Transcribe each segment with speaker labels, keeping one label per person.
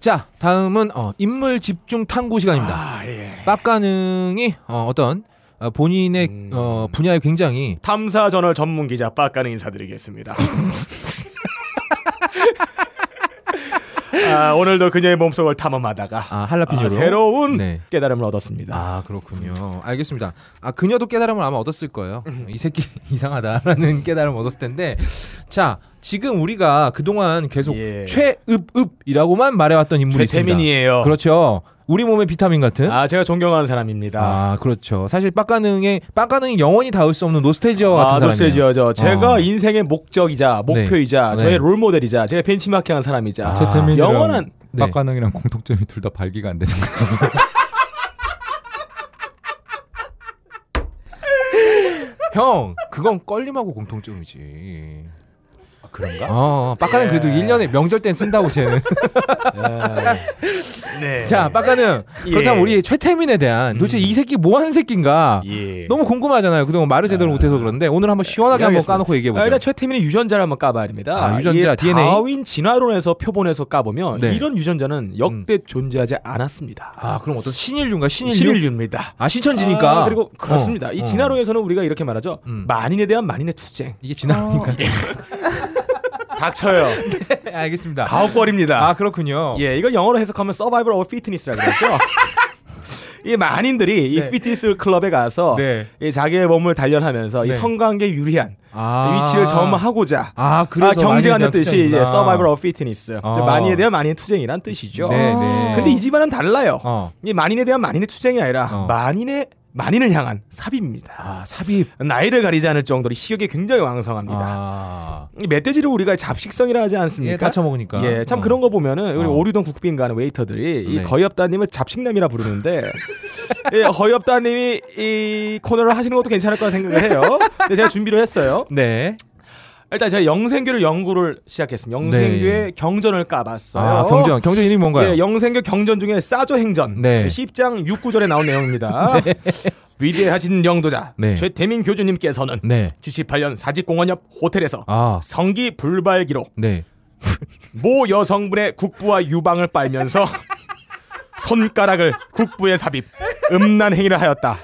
Speaker 1: 자, 다음은 어, 인물 집중 탐구 시간입니다.
Speaker 2: 아, 예.
Speaker 1: 빡가능이 어, 떤 본인의
Speaker 2: 음.
Speaker 1: 어, 분야에 굉장히
Speaker 2: 탐사 저널 전문 기자 빡가는 인사드리겠습니다. 아, 오늘도 그녀의 몸속을 탐험하다가
Speaker 1: 아, 할라피뇨로
Speaker 2: 아, 새로운
Speaker 1: 네.
Speaker 2: 깨달음을 얻었습니다.
Speaker 1: 아 그렇군요. 알겠습니다. 아 그녀도 깨달음을 아마 얻었을 거예요. 이 새끼 이상하다라는 깨달음을 얻었을 텐데 자 지금 우리가 그동안 계속
Speaker 2: 예.
Speaker 1: 최읍읍이라고만 말해왔던 인물이 있습니다.
Speaker 2: 최태민이에요.
Speaker 1: 그렇죠. 우리 몸의 비타민 같은. 아.
Speaker 2: 아, 제가 존경하는 사람입니다.
Speaker 1: 그렇죠. 사실 빡가능의 빡가능이 영원히 닿을 수 없는 노스텔지어 같은 사람이에요.
Speaker 2: 아, 노스테지어죠. 제가
Speaker 1: 어.
Speaker 2: 인생의 목적이자 목표이자
Speaker 1: 네. 네.
Speaker 2: 저의 롤모델이자 제가 벤치마킹한 사람이자
Speaker 3: 최태민이랑
Speaker 2: 아, 영원한 아,
Speaker 1: 네.
Speaker 3: 박관영이랑 공통점이 둘 다 발기가 안 되는 거.
Speaker 1: 형 그건 껄림하고 공통점이지.
Speaker 2: 그런가?
Speaker 1: 어, 빡가는 그래도
Speaker 2: 예.
Speaker 1: 1년에 명절 땐 쓴다고 쟤는.
Speaker 2: 네.
Speaker 1: 자, 빡가는
Speaker 2: 예. 음.
Speaker 1: 그렇다면 우리 최태민에 대한 도대체 이 새끼 뭐 하는 새끼인가?
Speaker 2: 예.
Speaker 1: 너무 궁금하잖아요. 그동안 말을 제대로 못해서 그런데 오늘 한번 시원하게 한번
Speaker 2: 알겠습니다.
Speaker 1: 까놓고 얘기해
Speaker 2: 아,
Speaker 1: 보자.
Speaker 2: 일단 최태민의 유전자를 한번 까봐야 됩니다.
Speaker 1: 아, 유전자,
Speaker 2: 이게
Speaker 1: DNA?
Speaker 2: 다윈 진화론에서 표본에서 까보면
Speaker 1: 네.
Speaker 2: 이런 유전자는 역대 존재하지 않았습니다.
Speaker 1: 아, 그럼 어떤 신인류인가? 신인류.
Speaker 2: 신인류입니다.
Speaker 1: 아, 신천지니까.
Speaker 2: 아, 그리고 그렇습니다.
Speaker 1: 음. 어,
Speaker 2: 이
Speaker 1: 어.
Speaker 2: 진화론에서는 우리가 이렇게 말하죠.
Speaker 1: 음.
Speaker 2: 만인에 대한 만인의 투쟁.
Speaker 1: 이게 지나니까.
Speaker 2: 닥쳐요. 어.
Speaker 1: 알겠습니다.
Speaker 2: 네. 가혹거립니다.
Speaker 1: 아, 그렇군요.
Speaker 2: 예, 이걸 영어로 해석하면 서바이벌 오브 피트니스라고 그러죠. 이 만인들이 이
Speaker 1: 네.
Speaker 2: 피트니스 클럽에 가서
Speaker 1: 네.
Speaker 2: 이 자기의 몸을 단련하면서 이
Speaker 1: 네.
Speaker 2: 성관계 유리한
Speaker 1: 아.
Speaker 2: 위치를 점하고자
Speaker 1: 아, 그래서
Speaker 2: 아, 경쟁하는
Speaker 1: 많이에 대한
Speaker 2: 뜻이 예,
Speaker 1: 투쟁이구나.
Speaker 2: 이제 서바이벌 오브 피트니스.
Speaker 1: 아.
Speaker 2: 만인에 대한 만인의 투쟁이란 뜻이죠.
Speaker 1: 네, 네.
Speaker 2: 근데 이 집안은 달라요.
Speaker 1: 어.
Speaker 2: 이 만인에 대한 만인의 투쟁이 아니라
Speaker 1: 어.
Speaker 2: 만인의 만인을 향한 삽입니다.
Speaker 1: 아, 삽입.
Speaker 2: 나이를 가리지 않을 정도로 식욕이 굉장히 왕성합니다.
Speaker 1: 아.
Speaker 2: 이 멧돼지를 우리가 잡식성이라 하지 않습니까?
Speaker 1: 예, 다쳐 먹으니까.
Speaker 2: 예, 참
Speaker 1: 어.
Speaker 2: 그런 거 보면은 우리
Speaker 1: 어.
Speaker 2: 오류동 국빈 가는 웨이터들이 이
Speaker 1: 네.
Speaker 2: 거의 없다님을 잡식남이라 부르는데 예, 거의 없다님이 이 코너를 하시는 것도 괜찮을 거라 생각을 해요. 근데 제가 준비를 했어요.
Speaker 1: 네.
Speaker 2: 일단 제가 영생교를 연구를 시작했습니다. 영생교의
Speaker 1: 네.
Speaker 2: 경전을 까봤어요.
Speaker 1: 아, 경전. 경전 이름이 뭔가요?
Speaker 2: 예, 영생교 경전 중에 싸조 행전
Speaker 1: 네.
Speaker 2: 10장 6구절에 나온 내용입니다. 위대하신 영도자
Speaker 1: 네.
Speaker 2: 최태민 교주님께서는
Speaker 1: 네.
Speaker 2: 78년 사직공원 옆 호텔에서
Speaker 1: 아.
Speaker 2: 성기 불발기로
Speaker 1: 네.
Speaker 2: 모 여성분의 국부와 유방을 빨면서 손가락을 국부에 삽입 음란 행위를 하였다.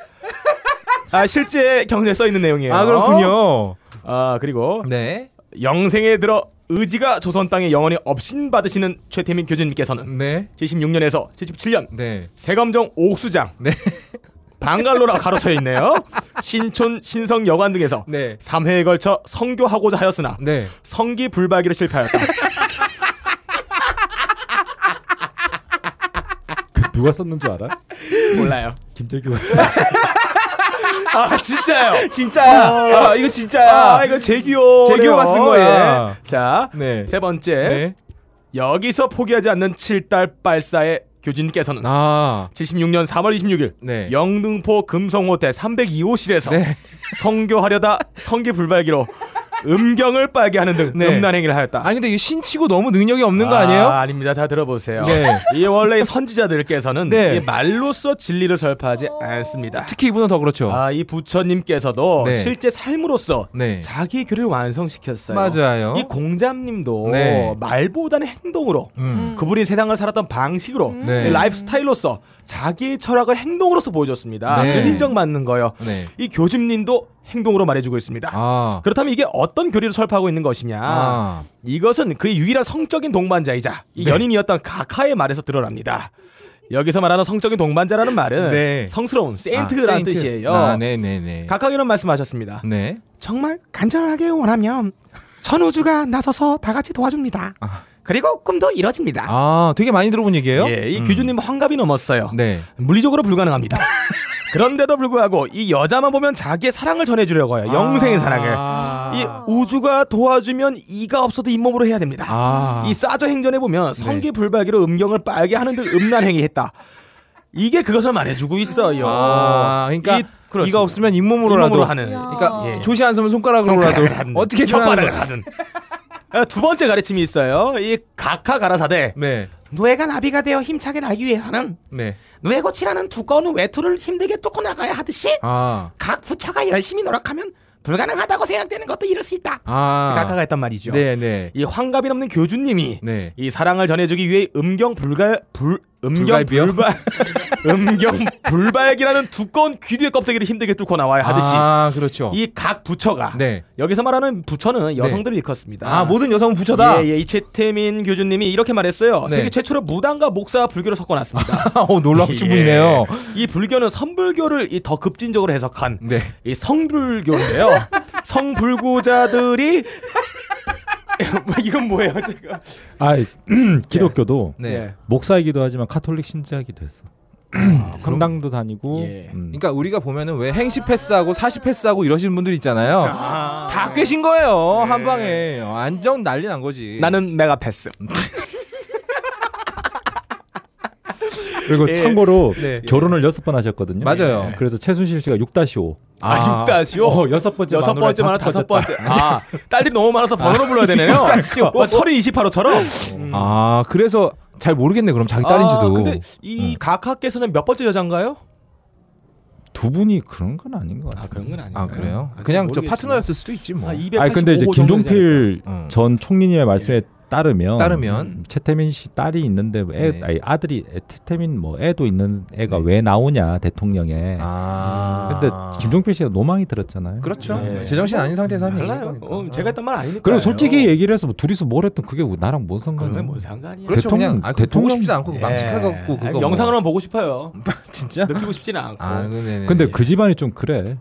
Speaker 2: 아 실제 경전에 써 있는 내용이에요.
Speaker 1: 아 그렇군요.
Speaker 2: 아 그리고
Speaker 1: 네.
Speaker 2: 영생에 들어 의지가 조선 땅에 영원히 업신 받으시는 최태민 교주님께서는
Speaker 1: 네.
Speaker 2: 76년에서 77년
Speaker 1: 네.
Speaker 2: 세검정 옥수장
Speaker 1: 네.
Speaker 2: 방갈로라 가로쳐 있네요. 신촌 신성 여관 등에서
Speaker 1: 네.
Speaker 2: 3회에 걸쳐 성교하고자 하였으나
Speaker 1: 네.
Speaker 2: 성기 불발기로 실패하였다.
Speaker 3: 누가 썼는 줄 알아?
Speaker 2: 몰라요.
Speaker 3: 김재규가 썼어.
Speaker 2: 아 진짜요.
Speaker 1: 진짜야.
Speaker 2: 어.
Speaker 1: 이거 진짜야.
Speaker 2: 아 이거 재규호
Speaker 1: 재규호가 쓴 거야.
Speaker 2: 자세
Speaker 1: 네.
Speaker 2: 번째
Speaker 1: 네.
Speaker 2: 여기서 포기하지 않는 칠달 빨사의 교주님께서는
Speaker 1: 아.
Speaker 2: 76년 3월 26일
Speaker 1: 네.
Speaker 2: 영등포 금성호텔 302호실에서
Speaker 1: 네.
Speaker 2: 성교하려다 성기 불발기로 음경을 빨게 하는 등
Speaker 1: 네.
Speaker 2: 음란 행위를 하였다.
Speaker 1: 아니 근데 이거 신치고 너무 능력이 없는 거 아니에요?
Speaker 2: 아, 닙니다잘 들어보세요.
Speaker 1: 네.
Speaker 2: 이 원래 이 선지자들께서는
Speaker 1: 네.
Speaker 2: 이 말로써 진리를 설파하지 않습니다.
Speaker 1: 특히 이분은 더 그렇죠.
Speaker 2: 아, 이 부처님께서도
Speaker 1: 네.
Speaker 2: 실제 삶으로서
Speaker 1: 네.
Speaker 2: 자기 글을 완성시켰어요.
Speaker 1: 맞아요.
Speaker 2: 이 공자님도
Speaker 1: 네.
Speaker 2: 말보다는 행동으로
Speaker 1: 음.
Speaker 2: 그분이 세상을 살았던 방식으로
Speaker 1: 네.
Speaker 2: 이 라이프스타일로서 자기의 철학을 행동으로서 보여줬습니다.
Speaker 1: 네.
Speaker 2: 그래서 인정받는 거예요.
Speaker 1: 네.
Speaker 2: 이 교집님도 행동으로 말해주고 있습니다.
Speaker 1: 아.
Speaker 2: 그렇다면 이게 어떤 교리를 설파하고 있는 것이냐?
Speaker 1: 아.
Speaker 2: 이것은 그의 유일한 성적인 동반자이자 이 연인이었던 가카의 말에서 드러납니다. 여기서 말하는 성적인 동반자라는 말은
Speaker 1: 네.
Speaker 2: 성스러운 세인트라는
Speaker 1: 아, 세인트.
Speaker 2: 뜻이에요.
Speaker 1: 아, 네, 네, 네.
Speaker 2: 가카 이런 말씀하셨습니다.
Speaker 1: 네.
Speaker 2: 정말 간절하게 원하면 전 우주가 나서서 다 같이 도와줍니다. 그리고 꿈도 이뤄집니다.
Speaker 1: 아, 되게 많이 들어본 얘기예요?
Speaker 2: 예, 이
Speaker 1: 음.
Speaker 2: 교주님 환갑이 넘었어요.
Speaker 1: 네.
Speaker 2: 물리적으로 불가능합니다. 그런데도 불구하고 이 여자만 보면 자기의 사랑을 전해주려고 해요. 영생의
Speaker 1: 아.
Speaker 2: 사랑을. 이 우주가 도와주면 이가 없어도 잇몸으로 해야 됩니다.
Speaker 1: 아. 네.
Speaker 2: 이 싸저 행전에 보면 성기 불발기로 음경을 빨게 하는 등 음란 행위했다. 이게 그것을 말해주고 있어요.
Speaker 1: 아, 그러니까
Speaker 2: 이- 그렇습니다.
Speaker 1: 이가 없으면 잇몸으로라도
Speaker 2: 잇몸으로 하는.
Speaker 1: 그러니까
Speaker 2: 예.
Speaker 1: 조시 안 쓰면 손가락으로라도 어떻게
Speaker 2: 협박을 하든. 아, 두 번째 가르침이 있어요. 이 가카 가라사대
Speaker 1: 네.
Speaker 2: 누에가 나비가 되어 힘차게 날기 위해서는
Speaker 1: 네.
Speaker 2: 누에고치라는 두꺼운 외투를 힘들게 뚫고 나가야 하듯이
Speaker 1: 아.
Speaker 2: 각 부처가 열심히 노력하면 불가능하다고 생각되는 것도 이럴 수 있다.
Speaker 1: 아,
Speaker 2: 카카가 했단 말이죠.
Speaker 1: 네네.
Speaker 2: 이 환갑이 넘는 교주님이
Speaker 1: 네.
Speaker 2: 이 사랑을 전해주기 위해 음경 불갈 불 음경
Speaker 1: 불갈비요?
Speaker 2: 불발 음경 불발기라는 두꺼운 귀뒤의 껍데기를 힘들게 뚫고 나와야 하듯이
Speaker 1: 아, 그렇죠.
Speaker 2: 이 각 부처가
Speaker 1: 네.
Speaker 2: 여기서 말하는 부처는 여성들을 일컫습니다.
Speaker 1: 아, 모든 여성은 부처다.
Speaker 2: 예, 예, 이 최태민 교주님이 이렇게 말했어요.
Speaker 1: 네.
Speaker 2: 세계 최초로 무당과 목사와 불교를 섞어놨습니다.
Speaker 1: 어, 놀라우신
Speaker 2: 예.
Speaker 1: 분이네요.
Speaker 2: 이 불교는 선불교를 이 더 급진적으로 해석한
Speaker 1: 네.
Speaker 2: 이 성불교인데요. 성불구자들이 뭐 이건 뭐예요, 지금?
Speaker 3: 아 기독교도
Speaker 1: 네.
Speaker 2: 예.
Speaker 3: 목사이기도 하지만 카톨릭 신자이기도 했어. 성당도 다니고.
Speaker 2: 예.
Speaker 3: 음.
Speaker 1: 그러니까 우리가 보면은 왜 행시 패스하고 사시 패스하고 이러시는 분들 있잖아요.
Speaker 2: 아.
Speaker 1: 다 꿰신 거예요 한 방에 어, 안전 난리 난 거지.
Speaker 2: 나는 메가패스.
Speaker 3: 그리고
Speaker 2: 예.
Speaker 3: 참고로
Speaker 1: 네.
Speaker 3: 결혼을 여섯 번 하셨거든요.
Speaker 1: 맞아요.
Speaker 3: 예. 그래서 최순실 씨가 6-5.
Speaker 2: 아, 육다시오
Speaker 3: 어, 여섯 번째
Speaker 2: 여섯
Speaker 3: 마누라,
Speaker 2: 번째 만화 다섯
Speaker 3: 다섯
Speaker 2: 번째. 아, 딸들이 너무 많아서 번호로 불러야 되네요.
Speaker 3: 육다시오.
Speaker 2: 어, 서른 이십팔호처럼. 음.
Speaker 1: 아 그래서 잘 모르겠네 그럼 자기 딸인지도.
Speaker 2: 아, 근데 이 각하께서는 몇 번째 여잔가요?
Speaker 3: 두 분이 그런 건 아닌 것 같아요.
Speaker 2: 그런 건 아니에요.
Speaker 1: 아 그래요? 그냥 저 파트너였을 수도 있지 뭐.
Speaker 2: 아, 2
Speaker 3: 아니 근데 이제 김종필
Speaker 1: 않을까? 음.
Speaker 3: 전 총리님의 말씀에 따르면
Speaker 1: 따르면.
Speaker 3: 음, 최태민 씨 딸이 있는데 뭐 애,
Speaker 1: 네.
Speaker 3: 아니, 아들이 애- 최태민 뭐 애도 있는 애가 왜 나오냐 대통령에
Speaker 1: 아.
Speaker 3: 근데 김종필 씨가 노망이 들었잖아요.
Speaker 1: 그렇죠.
Speaker 2: 네.
Speaker 1: 제정신 아닌 상태에서 한
Speaker 2: 달라요.
Speaker 1: 얘기니까.
Speaker 2: 어, 제가 했던 말 아니니까.
Speaker 3: 그리고 솔직히 얘기를 해서 뭐 둘이서 뭘 했든 그게 나랑 뭔
Speaker 2: 그건
Speaker 3: 상관이야?
Speaker 2: 왜뭔 뭐- 상관이야? 예.
Speaker 1: 그렇죠.
Speaker 3: 대통령-
Speaker 1: 그냥 아, 그거 보고
Speaker 3: 대통령-
Speaker 1: 싶지도 않고 망측하고 그거. 뭐.
Speaker 2: 영상으로만 보고 싶어요.
Speaker 1: 진짜.
Speaker 2: 느끼고 싶지는 않고.
Speaker 1: 아 그네.
Speaker 3: 근데 그 집안이 좀 그래.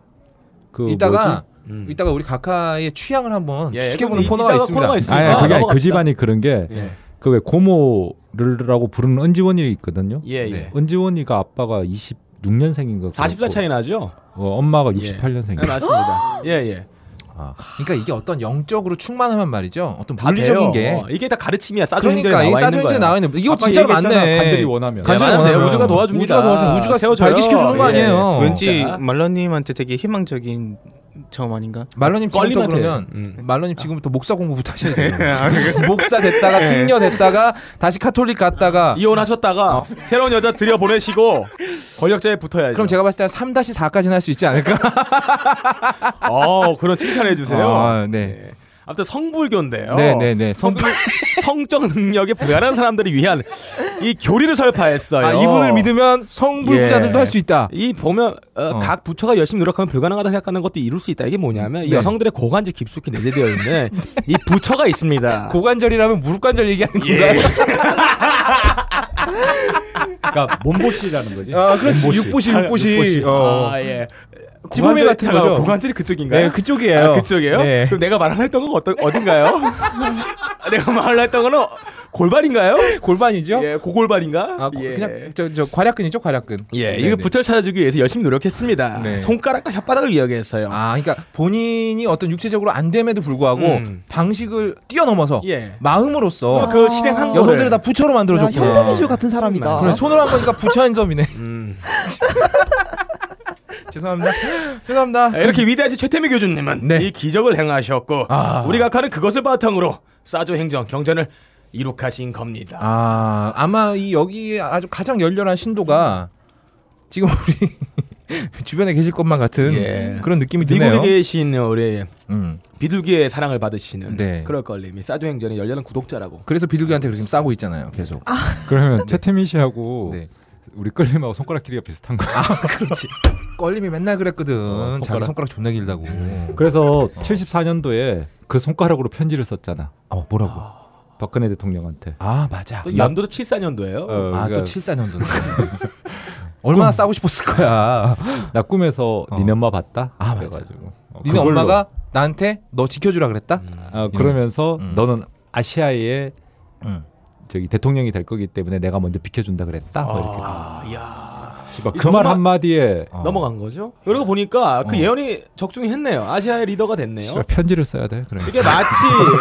Speaker 3: 그
Speaker 1: 이따가
Speaker 2: 음.
Speaker 1: 이따가 우리 각하의 취향을 한번
Speaker 2: 예,
Speaker 1: 추측해보는
Speaker 2: 이-
Speaker 1: 코너가
Speaker 2: 이따가
Speaker 1: 있습니다. 예,
Speaker 2: 코너가 있-
Speaker 3: 뭐지? 아니, 아니,
Speaker 2: 아,
Speaker 3: 그게 아니,
Speaker 2: 넘어갑시다.
Speaker 3: 그 집안이 그런 게 그
Speaker 2: 예.
Speaker 3: 왜 고모를라고 부르는 은지원이 있거든요.
Speaker 2: 예, 예.
Speaker 1: 네.
Speaker 3: 은지원이가 아빠가 26년생인 거
Speaker 2: 40살 차이 나죠?
Speaker 3: 어, 엄마가
Speaker 2: 예,
Speaker 1: 네,
Speaker 3: 68년생이야.
Speaker 2: 맞습니다. 예, 예.
Speaker 1: 아, 그러니까 이게 어떤 영적으로 충만하면 말이죠. 어떤
Speaker 2: 다 돼요.
Speaker 1: 물리적인 게
Speaker 2: 어, 이게 다 가르침이야. 싸조 행전에
Speaker 1: 그러니까 이
Speaker 2: 나와 있는
Speaker 1: 사정제
Speaker 2: 거야.
Speaker 1: 나와 있는 이거 진짜 많네.
Speaker 3: 간절히 원하면.
Speaker 1: 간- 간절히
Speaker 2: 예, 맞아요.
Speaker 1: 원하면.
Speaker 2: 우주가 도와줍니다.
Speaker 1: 우주가 도와주면 우주가 예,
Speaker 2: 세워줘요.
Speaker 1: 발기시켜주는 거 아니에요.
Speaker 4: 왠지
Speaker 2: 자.
Speaker 4: 말러님한테 되게 희망적인 처음 아닌가?
Speaker 1: 말로님 지금부터
Speaker 2: 껄림한테.
Speaker 1: 그러면
Speaker 4: 음.
Speaker 1: 말로님 지금부터 목사 공부부터 하셔야 돼요. 목사 됐다가 승려 됐다가 다시 카톨릭 갔다가
Speaker 2: 이혼하셨다가 새로운 여자 들여 보내시고 권력자에 붙어야죠.
Speaker 1: 아. 그럼 제가 봤을 때 한 3-4까지는 할 수 있지 않을까?
Speaker 2: 어, 그런 칭찬해 주세요.
Speaker 1: 아, 네.
Speaker 2: 예. 아무튼 성불교인데요.
Speaker 1: 네, 네, 네.
Speaker 2: 성 성적 능력에 부여한 사람들이 위한 이 교리를 설파했어요.
Speaker 1: 아, 이분을 믿으면 성불부자들도
Speaker 2: 예.
Speaker 1: 할 수 있다.
Speaker 2: 이 보면 어,
Speaker 1: 어.
Speaker 2: 각 부처가 열심히 노력하면 불가능하다 생각하는 것도 이룰 수 있다. 이게 뭐냐면 이
Speaker 1: 네.
Speaker 2: 여성들의 고관절 깊숙이 내재되어 있는 이 부처가 있습니다.
Speaker 1: 고관절이라면 무릎관절 얘기하는 건가요?
Speaker 3: 그러니까 몸보시라는 거지.
Speaker 1: 아, 그렇지.
Speaker 3: 몸보시.
Speaker 1: 육보시, 육보시.
Speaker 3: 육보시.
Speaker 1: 어.
Speaker 2: 아 예.
Speaker 1: 지범이
Speaker 2: 고관절-
Speaker 1: 같은
Speaker 2: 잠깐만,
Speaker 1: 거죠?
Speaker 2: 고관절이 그쪽인가요?
Speaker 1: 네, 그쪽이에요.
Speaker 2: 아, 그쪽이에요?
Speaker 1: 네.
Speaker 2: 그럼 내가 말을 했던 건 어떤 어딘가요? 아, 내가 말을 했던 거는 골반인가요?
Speaker 1: 골반이죠?
Speaker 2: 예, 고골반인가?
Speaker 1: 아, 고-
Speaker 2: 예.
Speaker 1: 그냥 저, 저 괄약근이죠, 괄약근.
Speaker 2: 예,
Speaker 1: 네,
Speaker 2: 이거
Speaker 1: 네.
Speaker 2: 부처를 찾아주기 위해서 열심히 노력했습니다.
Speaker 1: 네.
Speaker 2: 손가락과 혓바닥을 이야기했어요.
Speaker 1: 아, 그러니까 본인이 어떤 육체적으로 안 됨에도 불구하고
Speaker 2: 음.
Speaker 1: 방식을 뛰어넘어서
Speaker 2: 예.
Speaker 1: 마음으로써
Speaker 2: 그 실행한
Speaker 1: 아,
Speaker 2: 거를.
Speaker 1: 여성들을 다 부처로
Speaker 2: 그렇죠.
Speaker 1: 만들어줬구나.
Speaker 5: 현대미술 같은 사람이다.
Speaker 2: 네,
Speaker 1: 그래,
Speaker 6: 그렇죠.
Speaker 1: 손으로 한 거니까 부처 한섬이네.
Speaker 2: 음.
Speaker 1: 아, 죄송합니다. 죄송합니다.
Speaker 2: 아, 이렇게 위대하신 최태미 교주님은
Speaker 1: 네.
Speaker 2: 이 기적을 행하셨고
Speaker 1: 아.
Speaker 2: 우리 각하는 그것을 바탕으로 사조 행정 경전을 이룩하신 겁니다.
Speaker 1: 아 아마 이 여기 아주 가장 열렬한 신도가 지금 우리 주변에 계실 것만 같은
Speaker 2: 예.
Speaker 1: 그런 느낌이 드네요.
Speaker 2: 미국에 계신 우리
Speaker 1: 음.
Speaker 2: 비둘기의 사랑을 받으시는
Speaker 1: 네.
Speaker 2: 그럴 걸님이 사조 행전의 열렬한 구독자라고.
Speaker 1: 그래서 비둘기한테 지금 싸고 있잖아요. 계속. 아,
Speaker 3: 그러면 최태민 씨하고
Speaker 1: 네.
Speaker 3: 우리 끌림하고 손가락 길이가 비슷한 거야.
Speaker 1: 그렇지. 껄림이 맨날 그랬거든.
Speaker 3: 어, 손가락.
Speaker 1: 자기 손가락 존나 길다고.
Speaker 3: 그래서 74년도에 어. 그 손가락으로 편지를 썼잖아.
Speaker 1: 어 뭐라고?
Speaker 3: 박근혜 대통령한테.
Speaker 1: 아 맞아.
Speaker 2: 또 연도도 74년도예요.
Speaker 3: 어,
Speaker 1: 아
Speaker 3: 그러니까
Speaker 1: 또 74년도. 얼마나 싸고 싶었을 거야.
Speaker 3: 나 꿈에서
Speaker 1: 어.
Speaker 3: 니네 엄마 봤다?
Speaker 1: 아,
Speaker 3: 그래가지고. 어,
Speaker 1: 니네
Speaker 3: 그걸로.
Speaker 1: 엄마가 나한테 너 지켜주라 그랬다.
Speaker 2: 음.
Speaker 3: 아, 그러면서
Speaker 1: 음.
Speaker 3: 너는 아시아의
Speaker 1: 음.
Speaker 3: 저기 대통령이 될 거기 때문에 내가 먼저 비켜준다 그랬다. 뭐 이렇게.
Speaker 2: 아, 야.
Speaker 3: 씨발,
Speaker 2: 이
Speaker 3: 그 말
Speaker 2: 정말-
Speaker 3: 한마디에
Speaker 1: 어.
Speaker 2: 넘어간 거죠. 그러고 보니까 그
Speaker 1: 어.
Speaker 2: 예언이 적중히 했네요. 아시아의 리더가 됐네요.
Speaker 3: 씨발, 편지를 써야 돼. 그래.
Speaker 2: 이게 마치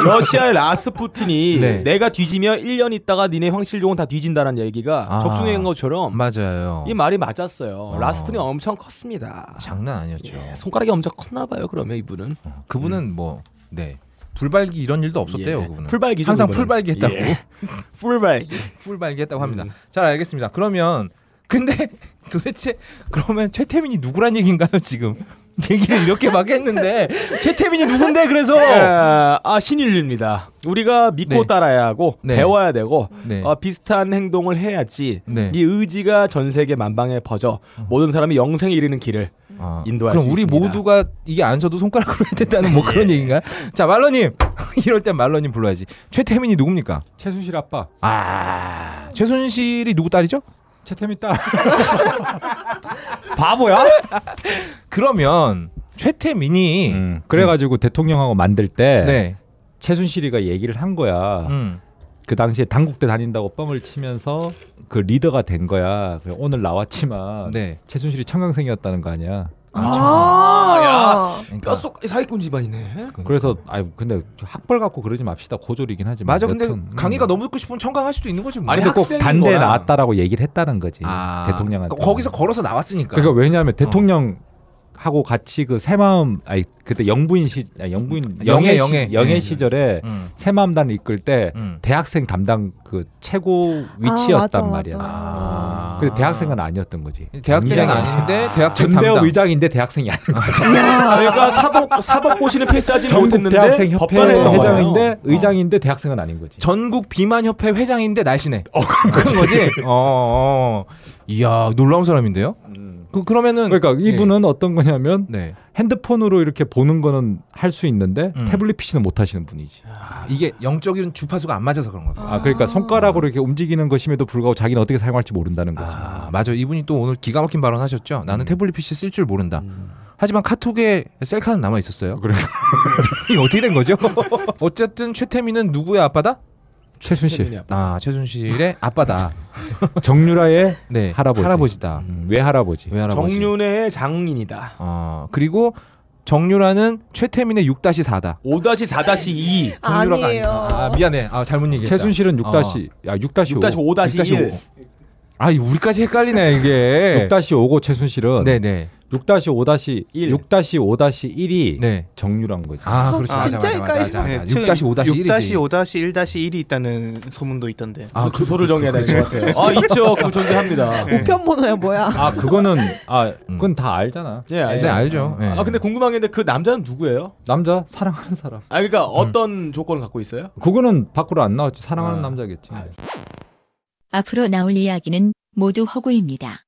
Speaker 2: 러시아의 라스푸틴이
Speaker 1: 네.
Speaker 2: 내가 뒤지면 1년 있다가 니네 황실종은 다 뒤진다는 얘기가
Speaker 1: 아.
Speaker 2: 적중한 것처럼
Speaker 1: 맞아요.
Speaker 2: 이 말이 맞았어요.
Speaker 1: 어.
Speaker 2: 라스푸틴이 엄청 컸습니다.
Speaker 1: 장난 아니었죠.
Speaker 2: 예, 손가락이 엄청 컸나 봐요. 그러면 이분은
Speaker 1: 어, 그분은 뭐 네. 불발기 이런 일도 없었대요,
Speaker 2: 음. 예.
Speaker 1: 그분은.
Speaker 2: 풀발기죠,
Speaker 1: 항상
Speaker 2: 그분은.
Speaker 1: 풀발기 했다고.
Speaker 2: 예. 음. 풀발.
Speaker 1: 풀발기 했다고 합니다. 잘 알겠습니다. 그러면 근데 도대체 그러면 최태민이 누구란 얘기인가요, 지금? 얘기를 이렇게 막 했는데 최태민이 누군데 그래서
Speaker 2: 예, 아 신인류입니다. 우리가 믿고
Speaker 1: 네.
Speaker 2: 따라야 하고
Speaker 1: 네.
Speaker 2: 배워야 되고
Speaker 1: 네.
Speaker 2: 어, 비슷한 행동을 해야지
Speaker 1: 네.
Speaker 2: 이 의지가 전 세계 만방에 퍼져 모든 사람이 영생에 이르는 길을
Speaker 1: 아,
Speaker 2: 인도할
Speaker 1: 그럼
Speaker 2: 수
Speaker 1: 우리
Speaker 2: 있습니다.
Speaker 1: 모두가 이게 안 서도 손가락으로 해야 된다는 뭐 그런 얘기인가요? 자 말러님 이럴 땐 말러님 불러야지 최태민이 누굽니까?
Speaker 3: 최순실 아빠.
Speaker 1: 아 최순실이 누구 딸이죠?
Speaker 3: 최태민 딸. 바보야?
Speaker 1: 그러면 최태민이
Speaker 3: 음, 그래가지고 대통령하고 만들 때
Speaker 1: 네.
Speaker 3: 최순실이가 얘기를 한 거야.
Speaker 1: 음.
Speaker 3: 그 당시에 당국대 다닌다고 뻥을 치면서 그 리더가 된 거야. 그래, 오늘 나왔지만
Speaker 1: 네.
Speaker 3: 최순실이 청강생이었다는 거 아니야.
Speaker 2: 아,
Speaker 1: 그러니까.
Speaker 2: 뼛속 사기꾼 집안이네.
Speaker 3: 그래서 아 근데 학벌 갖고 그러지 맙시다. 고졸이긴 하지만
Speaker 1: 맞아. 근데
Speaker 3: 여튼, 음.
Speaker 1: 강의가 너무 듣고 싶으면 청강할 수도 있는 거지. 뭐.
Speaker 2: 아니,
Speaker 3: 근데 꼭
Speaker 2: 학생인
Speaker 3: 단대 에
Speaker 2: 거야.
Speaker 3: 나왔다라고 얘기를 했다는 거지
Speaker 1: 아,
Speaker 3: 대통령한테.
Speaker 1: 거- 거기서 걸어서 나왔으니까.
Speaker 3: 그러니까 왜냐하면 대통령 하고 같이 그 새마음 아니 그때 영부인 시 아니, 영부인
Speaker 1: 영예,
Speaker 3: 영예
Speaker 1: 영예.
Speaker 3: 시, 영예
Speaker 1: 네.
Speaker 3: 시절에
Speaker 1: 음.
Speaker 3: 새마음단 이끌 때
Speaker 1: 음.
Speaker 3: 대학생 담당 그 최고 위치였단
Speaker 5: 맞아,
Speaker 3: 말이야.
Speaker 5: 맞아.
Speaker 1: 아.
Speaker 3: 근데 대학생은 아니었던 거지.
Speaker 1: 대학생은
Speaker 3: 굉장히-
Speaker 1: 아닌데 대학생
Speaker 3: 전대협
Speaker 1: 담당.
Speaker 3: 의장인데 대학생이 아닌 거지.
Speaker 2: 그러니까 사복 사복 고시는 패스하지
Speaker 3: 전국
Speaker 2: 못했는데
Speaker 3: 대학생 협회
Speaker 2: 법관을 했던 거예요.
Speaker 3: 회장인데 의장인데 대학생은 아닌 거지.
Speaker 1: 전국 비만 협회 회장인데 날씬해. 어, 그런 거지. 어, 어. 이야 놀라운 사람인데요. 그 그러면은
Speaker 3: 그러니까 이분은 어떤 거냐면
Speaker 1: 네
Speaker 3: 핸드폰으로 이렇게 보는 거는 할 수 있는데
Speaker 1: 음.
Speaker 3: 태블릿 PC는 못 하시는 분이지.
Speaker 1: 아, 이게 영적인 주파수가 안 맞아서 그런 거다.
Speaker 3: 아 그러니까 손가락으로 이렇게 움직이는 것임에도 불구하고 자기는 어떻게 사용할지 모른다는 거지.
Speaker 1: 아 맞아 이분이 또 오늘 기가 막힌 발언하셨죠. 나는 태블릿 PC 쓸 줄 모른다. 하지만 카톡에 셀카는 음. 남아 있었어요.
Speaker 3: 그래.
Speaker 1: 이게 어떻게 된 거죠? 어쨌든 최태민은 누구의 아빠다?
Speaker 3: 최순실
Speaker 1: 아 최순실의 아빠다.
Speaker 3: 정유라의
Speaker 1: 네
Speaker 3: 할아버지.
Speaker 1: 할아버지다.
Speaker 3: 음, 외할아버지.
Speaker 1: 왜 할아버지?
Speaker 2: 정윤회의 장인이다.
Speaker 1: 어 그리고 정유라는 최태민의 6-4다.
Speaker 2: 5-4-2
Speaker 1: 정유라가
Speaker 5: 아니에요.
Speaker 1: 아니다. 아 미안해. 아 잘못 얘기했다.
Speaker 3: 최순실은 6 다시 야6 다시 5 6
Speaker 2: 6-5-1
Speaker 1: 아 우리까지 헷갈리네 이게.
Speaker 3: 다시 5고 최순실은
Speaker 1: 네네.
Speaker 3: 6 다시 5 다시
Speaker 2: 1.
Speaker 3: 6 다시 5 다시 1이
Speaker 1: 네.
Speaker 3: 정유란 거지.
Speaker 1: 아 그렇지.
Speaker 4: 아,
Speaker 1: 맞아,
Speaker 5: 어, 진짜
Speaker 1: 맞아, 맞아, 맞아,
Speaker 5: 헷갈려.
Speaker 6: 네,
Speaker 1: 맞아. 6-5-1이지.
Speaker 4: 6-5-1-1이 있다는 소문도 있던데.
Speaker 1: 아 그-
Speaker 2: 주소를 정해야 되는 것 같아요. 아 있죠. 그럼 존재합니다.
Speaker 5: 우편 번호야 뭐야?
Speaker 3: 아 그거는 아 그건 다 알잖아.
Speaker 2: 예, 알죠.
Speaker 1: 네 알죠. 네.
Speaker 2: 아 근데 궁금한 게 있는데 그 남자는 누구예요?
Speaker 3: 남자 사랑하는 사람.
Speaker 2: 아 그러니까 어떤 조건을 갖고 있어요?
Speaker 3: 그거는 밖으로 안 나왔지. 사랑하는
Speaker 2: 아.
Speaker 3: 남자겠지.
Speaker 7: 앞으로 나올 이야기는 모두 허구입니다.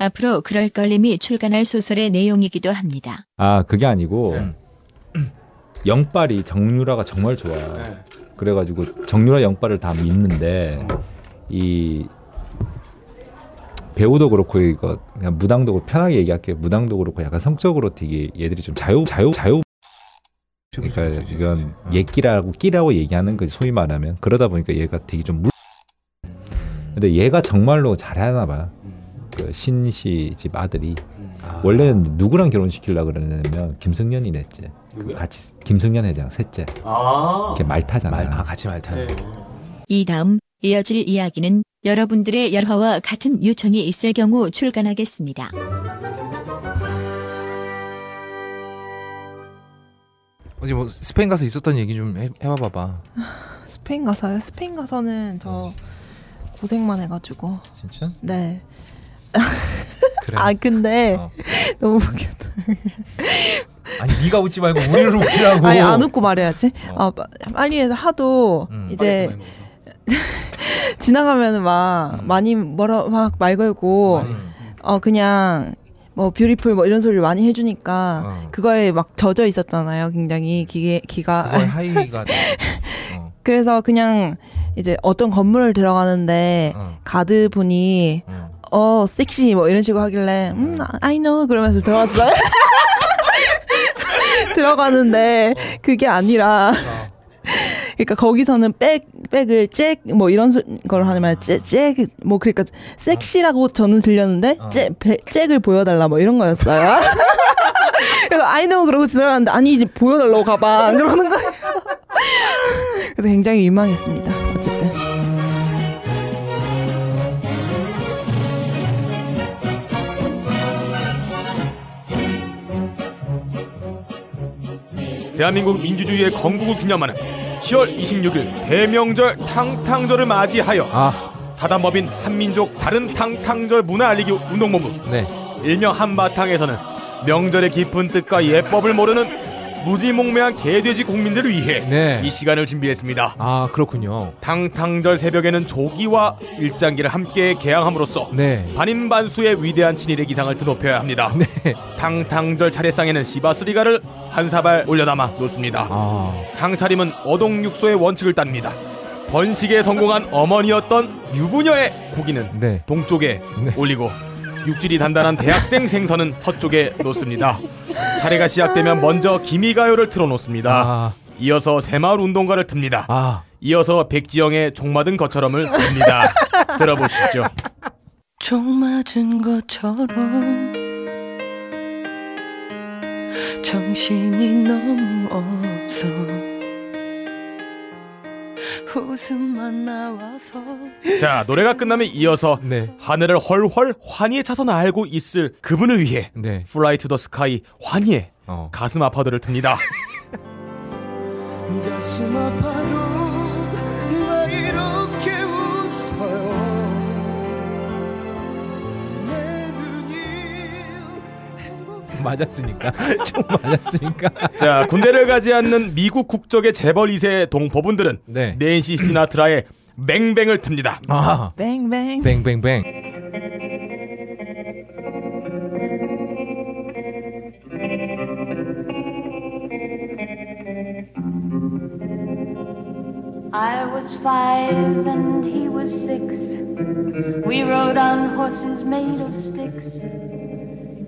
Speaker 7: 앞으로 그럴 걸림이 출간할 소설의 내용이기도 합니다.
Speaker 3: 아 그게 아니고
Speaker 1: 음.
Speaker 3: 영빨이 정유라가 정말 좋아. 그래가지고 정유라 영빨을 다 믿는데 이 배우도 그렇고 이거 그냥 무당도 그렇고 편하게 얘기할게요. 무당도 그렇고 약간 성적으로 되게 얘들이 좀 자유 자유 자유. 그러니까 이건 얘끼라고 끼라고 얘기하는 거지 소위 말하면 그러다 보니까 얘가 되게 좀 물. 근데 얘가 정말로 잘하나 봐. 그 신씨 집 아들이 원래는 누구랑 결혼시키려고 그러냐면 김승연이 냈지. 그 같이 김승연 회장 셋째.
Speaker 2: 아.
Speaker 3: 이렇게 말 타잖아.
Speaker 1: 말, 아 같이 말 타요.
Speaker 7: 이 다음 이어질 이야기는 여러분들의 열화와 같은 요청이 있을 경우 출간하겠습니다.
Speaker 1: 어제 뭐 스페인 가서 있었던 얘기 좀 해, 해봐봐봐.
Speaker 5: 스페인 가서요. 스페인 가서는 저 고생만 해가지고
Speaker 1: 진짜?
Speaker 5: 네.
Speaker 1: 그래.
Speaker 5: 아 근데
Speaker 1: 네. 어.
Speaker 5: 너무 웃겼다.
Speaker 1: 아니 네가 웃지 말고 우리를 웃기라고.
Speaker 5: 아니 안 웃고 말해야지.
Speaker 1: 어.
Speaker 5: 아 마- 파리에서 하도
Speaker 1: 음.
Speaker 5: 이제
Speaker 2: 네.
Speaker 5: 지나가면 막
Speaker 1: 음.
Speaker 5: 많이 뭐라 막 말 걸고 어 그냥 뭐 뷰티풀 뭐 이런 소리를 많이 해주니까
Speaker 1: 어.
Speaker 5: 그거에 막 젖어 있었잖아요. 굉장히 기계 기가
Speaker 1: 그건 하이가 돼. 어,
Speaker 5: 그래서 그냥 이제 어떤 건물을 들어가는데
Speaker 1: 어,
Speaker 5: 가드 분이
Speaker 1: 어.
Speaker 5: 어 섹시 뭐 이런 식으로 하길래 음 I know 그러면서 들어갔어요. 들어가는데 그게 아니라 그러니까 거기서는 백 백을 잭뭐 이런 소- 걸 하면 잭뭐 그러니까 섹시라고 저는 들렸는데 잭 배- 잭을 보여달라 뭐 이런 거였어요. 그래서 I know 그러고 들어갔는데 아니 이제 보여달라고 가봐 그러는 거예요. 그래서 굉장히 민망했습니다. 어쨌든.
Speaker 2: 대한민국 민주주의의 건국을 기념하는 10월 26일 대명절 탕탕절을 맞이하여
Speaker 1: 아,
Speaker 2: 사단법인 한민족 다른 탕탕절 문화 알리기 운동본부
Speaker 1: 네.
Speaker 2: 일명 한바탕에서는 명절의 깊은 뜻과 예법을 모르는 무지몽매한 개돼지 국민들을 위해
Speaker 1: 네.
Speaker 2: 이 시간을 준비했습니다.
Speaker 1: 아 그렇군요.
Speaker 2: 당탕절 새벽에는 조기와 일장기를 함께 개항함으로써
Speaker 1: 네.
Speaker 2: 반인반수의 위대한 친일의 기상을 드높여야 합니다. 당탕절 차례상에는 시바스리가를 한 사발 올려담아 놓습니다.
Speaker 1: 아
Speaker 2: 상차림은 어동육소의 원칙을 땁니다. 번식에 성공한 어머니였던 유부녀의 고기는
Speaker 1: 네.
Speaker 2: 동쪽에
Speaker 1: 네.
Speaker 2: 올리고 육질이 단단한 대학생 생선은 서쪽에 놓습니다. 차례가 시작되면 먼저 기미가요를 틀어놓습니다.
Speaker 1: 아,
Speaker 2: 이어서 새마을 운동가를 틉니다.
Speaker 1: 아.
Speaker 2: 이어서 백지영의 종맞은 것처럼을 틉니다. 들어보시죠.
Speaker 8: 총 맞은 것처럼 정신이 너무 없어 웃음만 나와서
Speaker 2: 자 노래가 끝나면 이어서
Speaker 1: 네.
Speaker 2: 하늘을 훨훨 환희에 차서 날고 있을 그분을 위해
Speaker 1: 네.
Speaker 2: 플라이 투 더 스카이 환희의
Speaker 1: 어.
Speaker 2: 가슴 아파도를 틉니다.
Speaker 9: 가슴 아파도 나 이렇게 웃어요 내 눈이 행복해
Speaker 1: 맞았으니까. 좀 맞았으니까.
Speaker 2: 자 군대를 가지 않는 미국 국적의 재벌 2세 동포분들은
Speaker 1: 네.
Speaker 2: 낸시 시나트라의 맹뱅을 틉니다.
Speaker 1: 아.
Speaker 5: 뱅뱅.
Speaker 1: 뱅뱅뱅.
Speaker 10: I was five and he was six. We rode on horses made of sticks.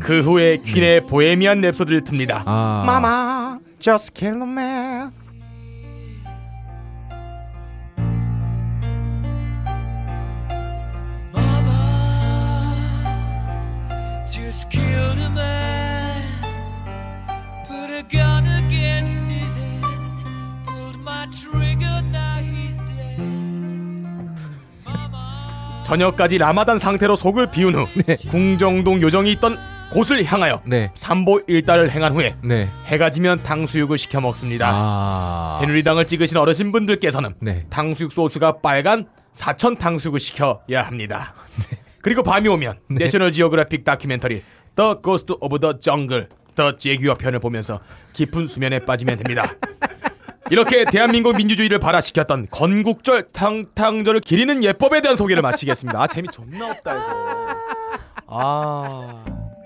Speaker 2: 그 후에 퀸의 보헤미안 랩소디를 틉니다.
Speaker 1: 아.
Speaker 4: Mama, just kill a man.
Speaker 9: just killed a man put a gun against his head pulled my trigger now he's dead
Speaker 2: 저녁까지 라마단 상태로 속을 비운 후 궁정동 요정이 있던 곳을 향하여
Speaker 1: 네.
Speaker 2: 삼보 일달을 행한 후에
Speaker 1: 네.
Speaker 2: 해가 지면 탕수육을 시켜 먹습니다.
Speaker 1: 아.
Speaker 2: 새누리당을 찍으신 어르신분들께서는
Speaker 1: 네.
Speaker 2: 탕수육 소스가 빨간 사천 탕수육을 시켜야 합니다. 그리고 밤이 오면
Speaker 1: 네.
Speaker 2: 내셔널 지오그래픽 다큐멘터리 The Ghost of the Jungle 더 제규어 편을 보면서 깊은 수면에 빠지면 됩니다. 이렇게 대한민국 민주주의를 발화시켰던 건국절 탕탕절을 기리는 예법에 대한 소개를 마치겠습니다. 아 재미 존나 없다 이거. 아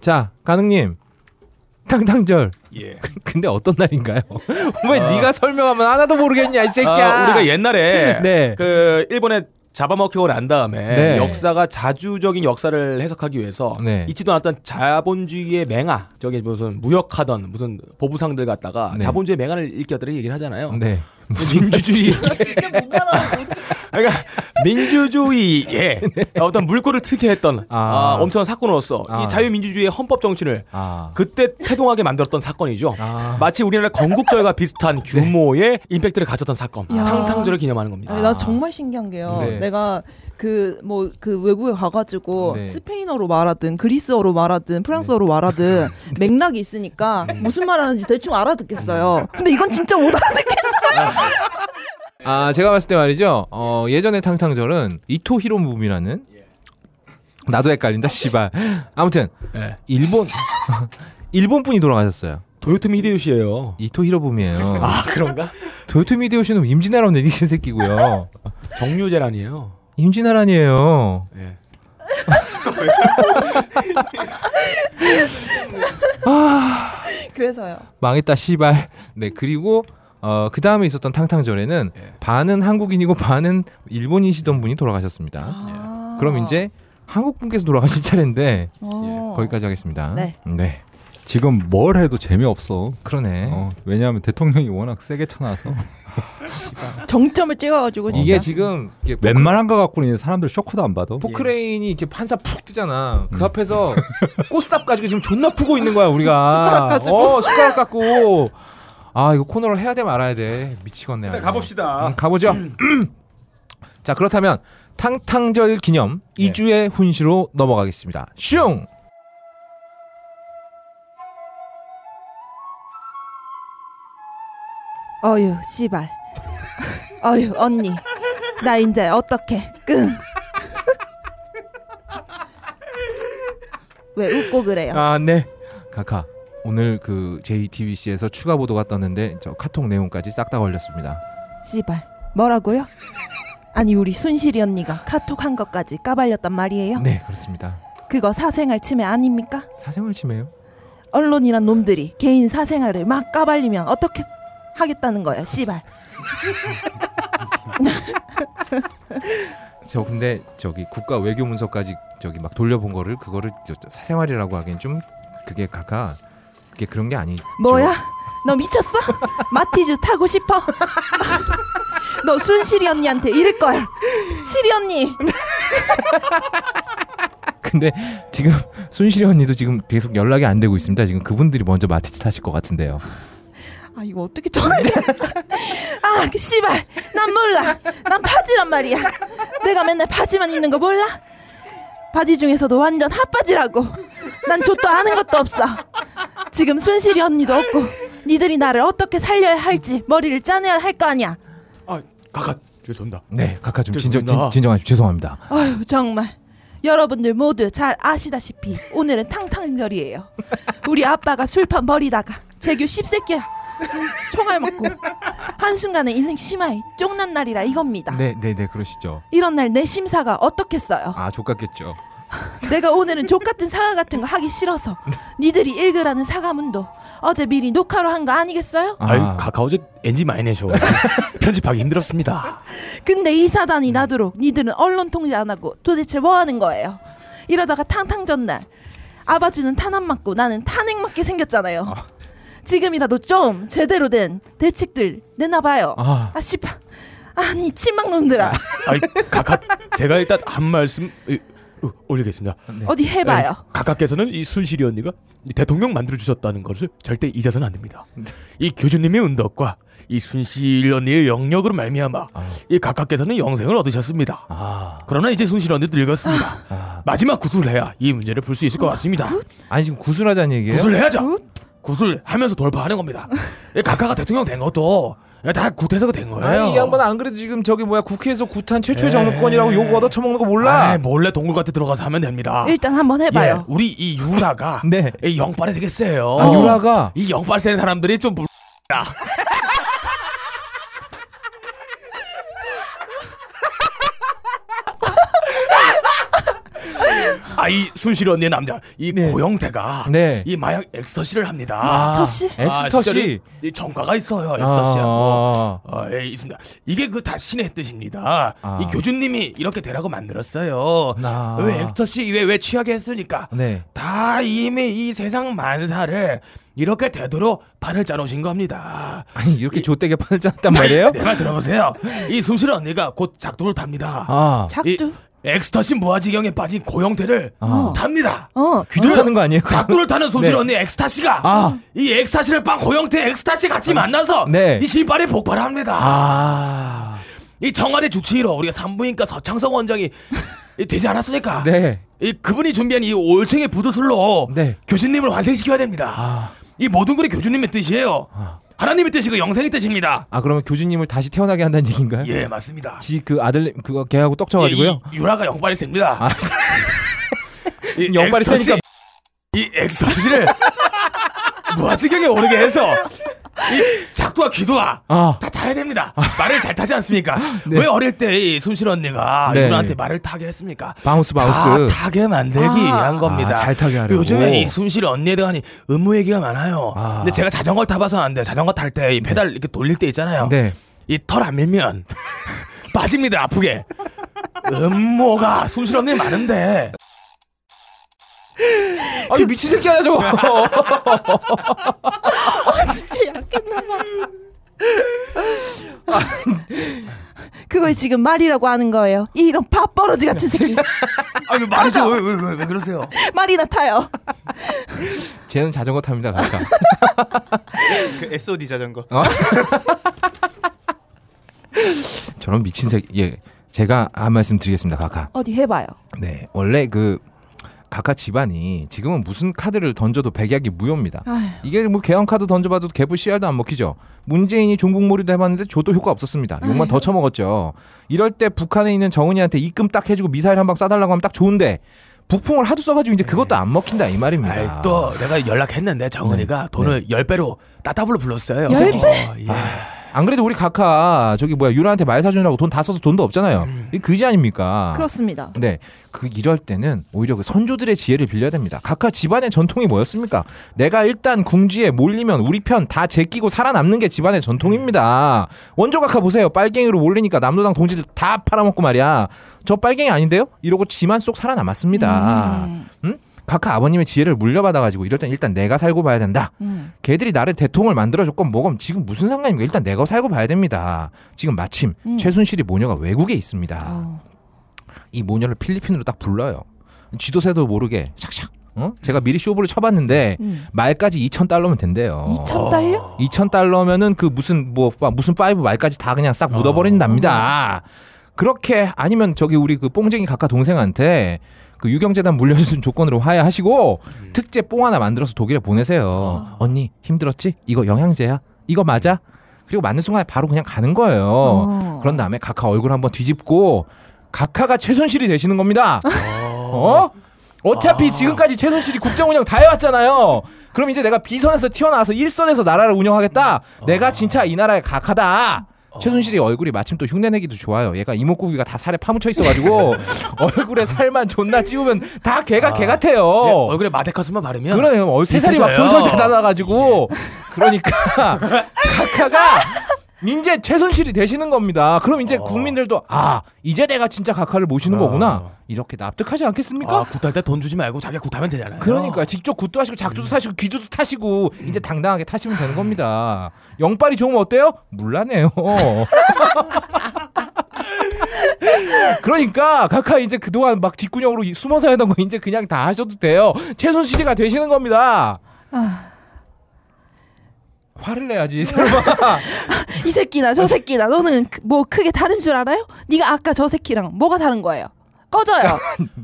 Speaker 1: 자, 가능님. 탕탕절.
Speaker 2: 예.
Speaker 1: 근데 어떤 날인가요? 왜 네가 설명하면 하나도 모르겠냐 이 새끼야.
Speaker 2: 아, 우리가 옛날에
Speaker 1: 그러니까. 네.
Speaker 2: 그 일본에 잡아먹히고 난 다음에
Speaker 1: 네.
Speaker 2: 역사가 자주적인 역사를 해석하기 위해서
Speaker 1: 네.
Speaker 2: 잊지도 않았던 자본주의의 맹아 저기 무슨 무역하던 무슨 보부상들 갖다가
Speaker 1: 네.
Speaker 2: 자본주의 맹아를 읽겨들이 얘기를 하잖아요.
Speaker 1: 네.
Speaker 2: 민주주의
Speaker 5: 아, 진짜 못 말하는 거.
Speaker 2: 그러니까 민주주의에 어떤 물꼬를 트게 했던
Speaker 1: 아.
Speaker 2: 아, 엄청난 사건으로서
Speaker 1: 아.
Speaker 2: 이 자유민주주의의 헌법 정신을
Speaker 1: 아.
Speaker 2: 그때 태동하게 만들었던 사건이죠.
Speaker 1: 아.
Speaker 2: 마치 우리나라 건국절과 비슷한 규모의 임팩트를 가졌던 사건.
Speaker 5: 야.
Speaker 2: 탕탕절을 기념하는 겁니다.
Speaker 5: 아니, 나 정말 신기한 게요.
Speaker 1: 네.
Speaker 5: 내가 그 뭐 그 외국에 가가지고
Speaker 1: 네.
Speaker 5: 스페인어로 말하든 그리스어로 말하든 프랑스어로 말하든 맥락이 있으니까
Speaker 1: 네.
Speaker 5: 무슨 말하는지 대충 알아듣겠어요. 근데 이건 진짜 못 알아듣겠어요.
Speaker 1: 아 제가 봤을 때 말이죠. 어, 예전에 탕탕절은 이토 히로부미라는 나도 헷갈린다 씨발. 아무튼
Speaker 2: 예.
Speaker 1: 일본 일본 분이 돌아가셨어요.
Speaker 2: 도요토미 히데요시예요.
Speaker 1: 이토 히로부미예요.
Speaker 2: 아 그런가?
Speaker 1: 도요토미 히데요시는 임진왜란 내리는 새끼고요.
Speaker 2: 정류재란이에요.
Speaker 1: 임진왜란이에요.
Speaker 2: 예.
Speaker 5: 그래서요.
Speaker 1: 망했다 씨발. 네 그리고 어, 그 다음에 있었던 탕탕절에는
Speaker 2: 예.
Speaker 1: 반은 한국인이고 반은 일본이시던 분이 돌아가셨습니다. 네. 그럼 이제 한국 분께서 돌아가실 차례인데
Speaker 2: 어.
Speaker 5: 어.
Speaker 1: 거기까지 하겠습니다.
Speaker 5: 네.
Speaker 1: 네.
Speaker 11: 지금 뭘 해도 재미없어.
Speaker 1: 그러네.
Speaker 11: 왜냐하면 대통령이 워낙 세게 쳐놔서
Speaker 5: 정점을 찍어가지고 진짜.
Speaker 1: 이게 지금 이게
Speaker 11: 웬만한 거 갖고는 이제 사람들 쇼크도 안 받아.
Speaker 1: 포크레인이 이렇게 판사 푹 뜨잖아. 그 앞에서 꽃삽 가지고 지금 존나 푸고 있는 거야 우리가.
Speaker 2: 숟가락 가지고.
Speaker 1: 어 숟가락 갖고. 아 이거 코너를 해야 돼 말아야 돼 미치겠네.
Speaker 2: 일단
Speaker 1: 아주.
Speaker 2: 가봅시다.
Speaker 1: 음, 가보죠. 자 그렇다면 탕탕절 기념 2주의 훈시로 넘어가겠습니다. 슝.
Speaker 5: 어휴 씨발. 어휴 언니. 나 이제 어떻게 끙. 왜 웃고 그래요?
Speaker 1: 아 네. 카카 오늘 그 JTBC에서 추가 보도가 떴는데 저 카톡 내용까지 싹 다 걸렸습니다.
Speaker 5: 씨발 뭐라고요? 아니 우리 순실이 언니가 카톡 한 것까지 까발렸단 말이에요?
Speaker 1: 네 그렇습니다.
Speaker 5: 그거 사생활 침해 아닙니까?
Speaker 1: 사생활 침해요?
Speaker 5: 언론이란 놈들이 개인 사생활을 막 까발리면 어떻게 하겠다는 거야 씨발
Speaker 1: 저 근데 저기 국가 외교 문서까지 저기 막 돌려본 거를 그거를 저- 저 사생활이라고 하기엔 좀 그게 가까 그게 그런 게 아니.
Speaker 5: 뭐야? 너 미쳤어? 마티즈 타고 싶어? 너 순실이 언니한테 이럴 거야 시리 언니
Speaker 1: 근데 지금 순실이 언니도 지금 계속 연락이 안 되고 있습니다. 지금 그분들이 먼저 마티즈 타실 것 같은데요.
Speaker 5: 아 이거 어떻게 전화를 아그 씨발 난 몰라 난 바지란 말이야 내가 맨날 바지만 입는 거 몰라 바지 중에서도 완전 핫바지라고 난 족도 아는 것도 없어 지금 순실이 언니도 없고 니들이 나를 어떻게 살려야 할지 머리를 짜내야 할 거 아니야
Speaker 2: 가가 죄송합니다.
Speaker 1: 네, 카카 좀 진정 진,
Speaker 2: 죄송합니다.
Speaker 11: 예.
Speaker 1: 진정하십시오. 죄송합니다.
Speaker 5: 아휴 정말 여러분들 모두 잘 아시다시피 오늘은 탕탕절이에요 우리 아빠가 술판 버리다가 재규 씹새끼야 총알 맞고 한순간에 인생 심하이 쫑난 날이라 이겁니다
Speaker 1: 네, 네, 네 그러시죠.
Speaker 5: 이런 날 내 심사가 어떻겠어요
Speaker 1: 아 족같겠죠.
Speaker 5: 내가 오늘은 족같은 사과 같은 거 하기 싫어서
Speaker 1: 네.
Speaker 5: 니들이 읽으라는 사과문도 어제 미리 녹화로 한 거 아니겠어요?
Speaker 2: 아유 가가 어제 NG 많이 내셔. 편집하기 힘들었습니다.
Speaker 5: 근데 이 사단이 나도록 니들은 언론 통제 안 하고 도대체 뭐 하는 거예요? 이러다가 탕탕 전날 아바주는 탄압 맞고 나는 탄핵 맞게 생겼잖아요. 지금이라도 좀 제대로 된 대책들 내놔봐요.
Speaker 2: 아.
Speaker 5: 아 씨발. 아니 친막놈들아
Speaker 2: 아이 가가 제가 일단 한 말씀 이, 어, 올리겠습니다.
Speaker 5: 어디 해봐요.
Speaker 2: 에, 가가께서는 예, 이 순실이 언니가 이 대통령 만들어 주셨다는 것을 절대 잊어서는 안 됩니다. 이 교주님의 은덕과 이 순실 언니의 영역으로 말미암아 이 가가께서는 영생을 얻으셨습니다.
Speaker 1: 아.
Speaker 2: 그러나 이제 순실 언니도 늙었습니다. 마지막 구술해야 이 문제를 풀 수 있을 것 같습니다.
Speaker 1: 아니 지금 구술하자는 얘기예요?
Speaker 2: 구술해야죠. 구술하면서 돌파하는 겁니다. 이 가가가 대통령 된 것도 다 구태서가 된 거예요.
Speaker 1: 아니 이 양반 안 그래도 지금 저기 뭐야 국회에서 구탄 최초의 정권이라고 욕 얻어 처먹는 거 몰라?
Speaker 2: 아, 몰래 동굴 같은 데 들어가서 하면 됩니다.
Speaker 5: 일단 한번
Speaker 2: 예,
Speaker 5: 해봐요.
Speaker 2: 우리 이 유라가 이 영빨이 되게 세요.
Speaker 1: 네. 아, 유라가?
Speaker 2: 이 영빨 센 사람들이 좀 불. 아이 순실 언니의 남자 이 고영태가
Speaker 1: 네. 아,
Speaker 2: 이 마약 엑스터시를 합니다.
Speaker 1: 엑스터시? 아. 엑스터시.
Speaker 2: 실제로 이 전과가 있어요.
Speaker 1: 뭐.
Speaker 2: 엑스터시하고 어, 예, 있습니다. 이게 그 다 신의 뜻입니다.
Speaker 1: 아.
Speaker 2: 이 교주님이 이렇게 되라고 만들었어요.
Speaker 1: 나-
Speaker 2: 왜 엑스터시 왜 왜 취하게 했으니까
Speaker 1: 네.
Speaker 2: 다 이미 이 세상 만사를 이렇게 되도록 판을 짜놓으신 겁니다. 네,
Speaker 1: 아니 이렇게 좆되게 판을 짰단 말이에요?
Speaker 2: 내말 들어보세요. 이 숨쉬는 언니가 곧 작두를 답니다.
Speaker 1: 아.
Speaker 2: 작두? 엑스터시 무아지경에 빠진 고영태를
Speaker 1: 아.
Speaker 2: 탑니다.
Speaker 5: 어.
Speaker 1: 귀도 타는 거 아니에요?
Speaker 2: 작두를 타는 숨쉬는
Speaker 1: 네.
Speaker 2: 언니 엑스타시가
Speaker 1: 아.
Speaker 2: 이 엑스타시를 빵 고영태 엑스타시 같이 만나서
Speaker 1: 네.
Speaker 2: 이 신발에 폭발합니다.
Speaker 1: 아.
Speaker 2: 이 청와대 주치의로 우리가 산부인과 서창성 원장이 이 되지 않았습니까?
Speaker 1: 네.
Speaker 2: 이 그분이 준비한 이 올챙이 부두술로 교수님을 환생시켜야 됩니다.
Speaker 1: 아.
Speaker 2: 이 모든 것이 교주님의 뜻이에요. 하나님의 뜻이고 영생의 뜻입니다.
Speaker 1: 아 그러면 교주님을 다시 태어나게 한다는 얘기인가요?
Speaker 2: 예, 맞습니다.
Speaker 1: 지 그 아들 그거 걔하고 떡쳐가지고요.
Speaker 2: 예,
Speaker 1: 아.
Speaker 2: 이 유라가 영빨이 셉니다. 이
Speaker 1: 영빨이
Speaker 2: 엑스터시-
Speaker 1: 세니까
Speaker 2: 이 엑스터시를 무아지경에 오르게 해서 이 작두와 귀두와
Speaker 1: 아.
Speaker 2: 다 타야 됩니다. 말을 잘 타지 않습니까? 왜 어릴 때 이 순실 언니가
Speaker 1: 네.
Speaker 2: 누나한테 말을 타게 했습니까?
Speaker 1: 바운스 바운스.
Speaker 2: 다 타게 만들기
Speaker 1: 아.
Speaker 2: 위한 겁니다.
Speaker 1: 아, 잘 타게 하려고.
Speaker 2: 요즘에 이 순실 언니에 대한 이 의무 얘기가 많아요. 근데 제가 자전거를 타봐서 안 돼. 자전거 탈 때 이 페달 이렇게 돌릴 때 있잖아요.
Speaker 1: 네.
Speaker 2: 이 털 안 밀면 빠집니다 아프게. 음모가 순실 언니 많은데.
Speaker 1: 아니 미친 새끼야 저거.
Speaker 5: 아 진짜 약했나봐. 그걸 지금 말이라고 하는 거예요. 이런 밥버러지 같은 새끼.
Speaker 2: 아니 말이죠 왜왜 왜, 왜 그러세요?
Speaker 5: 말이나 타요.
Speaker 1: 쟤는 자전거 탑니다 가까.
Speaker 12: 그 SOD 자전거.
Speaker 2: 아,
Speaker 1: 어? 저런 미친 새끼. 예. 제가 한 말씀 드리겠습니다 가까.
Speaker 5: 어디 해봐요.
Speaker 1: 네, 원래 그 각하 집안이 지금은 무슨 카드를 던져도 백약이 무효입니다.
Speaker 5: 아휴.
Speaker 1: 이게 뭐 개헌 카드 던져봐도 개불 씨알도 안 먹히죠. 문재인이 종북몰이도 해봤는데 저도 효과 없었습니다. 욕만 더 처먹었죠. 이럴 때 북한에 있는 정은이한테 입금 딱 해주고 미사일 한 방 쏴달라고 하면 딱 좋은데 북풍을 하도 써가지고 이제 그것도 안 먹힌다 이 말입니다.
Speaker 2: 아이, 또 내가 연락했는데 정은이가 돈을 열 배로 따따블로 불렀어요.
Speaker 1: 열
Speaker 2: 어,
Speaker 1: 배?
Speaker 2: 예.
Speaker 1: 안 그래도 우리 각하 저기 뭐야 유라한테 말 사주느라고 돈 다 써서 돈도 없잖아요. 이 그지 아닙니까?
Speaker 5: 그렇습니다.
Speaker 1: 네, 그 이럴 때는 오히려 그 선조들의 지혜를 빌려야 됩니다. 각하 집안의 전통이 뭐였습니까? 내가 일단 궁지에 몰리면 우리 편 다 제끼고 살아남는 게 집안의 전통입니다. 원조 각하 보세요. 빨갱이로 몰리니까 남로당 동지들 다 팔아먹고 말이야. 저 빨갱이 아닌데요? 이러고 지만 쏙 살아남았습니다. 응? 각하 아버님의 지혜를 물려받아가지고 이럴 땐 일단 내가 살고 봐야 된다.
Speaker 5: 음.
Speaker 1: 걔들이 나를 대통을 만들어줬건 뭐건 지금 무슨 상관입니까? 일단 내가 살고 봐야 됩니다. 지금 마침
Speaker 5: 음. 어.
Speaker 1: 최순실이 모녀가 외국에 있습니다. 이 모녀를 필리핀으로 딱 불러요. 지도세도 모르게 샥샥. 어? 제가 미리 쇼부를 쳐봤는데
Speaker 5: 음.
Speaker 1: 말까지 2천 달러면 된대요.
Speaker 5: 2,000 달러?
Speaker 1: 2천 달러면은 그 무슨 뭐 빠- 무슨 파이브 말까지 다 그냥 싹 묻어버린답니다. 그렇게 아니면 저기 우리 그 뽕쟁이 각하 동생한테 그 유경재단 물려준 조건으로 화해하시고 특제 뽕 하나 만들어서 독일에 보내세요. 언니 힘들었지? 이거 영양제야. 이거 맞아? 그리고 맞는 순간에 바로 그냥 가는 거예요. 그런 다음에 각하 얼굴 한번 뒤집고 각하가 최순실이 되시는 겁니다. 어? 어차피 지금까지 최순실이 국정 운영 다 해왔잖아요. 그럼 이제 내가 비선에서 튀어나와서 일선에서 나라를 운영하겠다. 내가 진짜 이 나라의 각하다. 최순실이 얼굴이 마침 또 흉내내기도 좋아요. 얘가 이목구비가 다 살에 파묻혀 있어가지고 얼굴에 살만 존나 찌우면 다 걔가 걔 같아요.
Speaker 2: 예, 얼굴에 마데카스만 바르면
Speaker 1: 그러네요. 얼- 세살이 막
Speaker 2: 비슷해져요.
Speaker 1: 솔솔 다다나가지고 그러니까 각하가 이제 최순실이 되시는 겁니다. 그럼 이제 국민들도 아 이제 내가 진짜 각하를 모시는 거구나 이렇게 납득하지 않겠습니까?
Speaker 2: 아, 굿할 때 돈 주지 말고 자기가 굿하면 되잖아요.
Speaker 1: 그러니까 직접 굿도 하시고 작두도 사시고 귀두도 타시고 이제 당당하게 타시면 되는 겁니다. 영빨이 좋으면 어때요? 물라네요. 그러니까 각하 이제 그동안 막 뒷구녕으로 이- 숨어서 하던 거 이제 그냥 다 하셔도 돼요. 최순실이가 되시는 겁니다.
Speaker 5: 아,
Speaker 1: 화를 내야지 설마.
Speaker 5: 이 새끼나 저 새끼나 너는 그- 뭐 크게 다른 줄 알아요? 네가 아까 저 새끼랑 뭐가 다른 거예요? 꺼져요.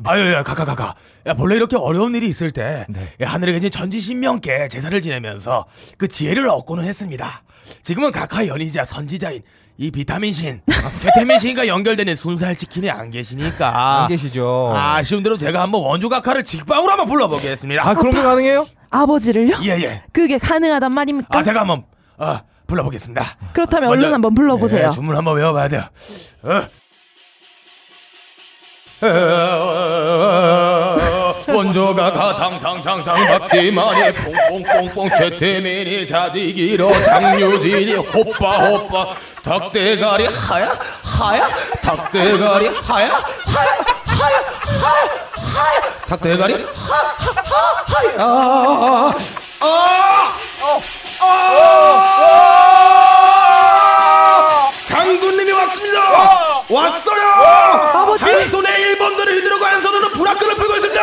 Speaker 2: 아유, 야, 가가 가가. 야, 원래 이렇게 어려운 일이 있을 때
Speaker 1: 네.
Speaker 2: 야, 하늘에 계신 전지신명께 제사를 지내면서 그 지혜를 얻고는 했습니다. 지금은 각하 연이자 선지자인 이 비타민 신, 비타민 신과 연결되는 순살 치킨이 안 계시니까
Speaker 1: 안 계시죠.
Speaker 2: 아쉬운 대로 제가 한번 원조 각하를 직방으로 한번 불러보겠습니다.
Speaker 1: 아, 그런 게 가능해요?
Speaker 5: 아버지를요?
Speaker 2: 예, 예.
Speaker 5: 그게 가능하단 말입니까?
Speaker 2: 아, 제가 한번 어, 불러보겠습니다.
Speaker 5: 그렇다면
Speaker 2: 아, 먼저-
Speaker 5: 얼른 한번 불러보세요.
Speaker 2: 예, 주문 한번 외워봐야 돼요. 어? 어, 원조가 가당당당당 박지만이 뽕뽕뽕뽕 최태민이 자지기로 장유진이 호빠 호빠 닭대가리 하야 하야 닭대가리 하야 하야 하야 하야 하야 닭대가리 하하 아! 하야 아! 아! 장군님이 왔습니다. 왔어요.
Speaker 5: 아버지!
Speaker 2: 한 손에 일본들을 휘두르고 한 손으로 불화끈을 풀고 있습니다.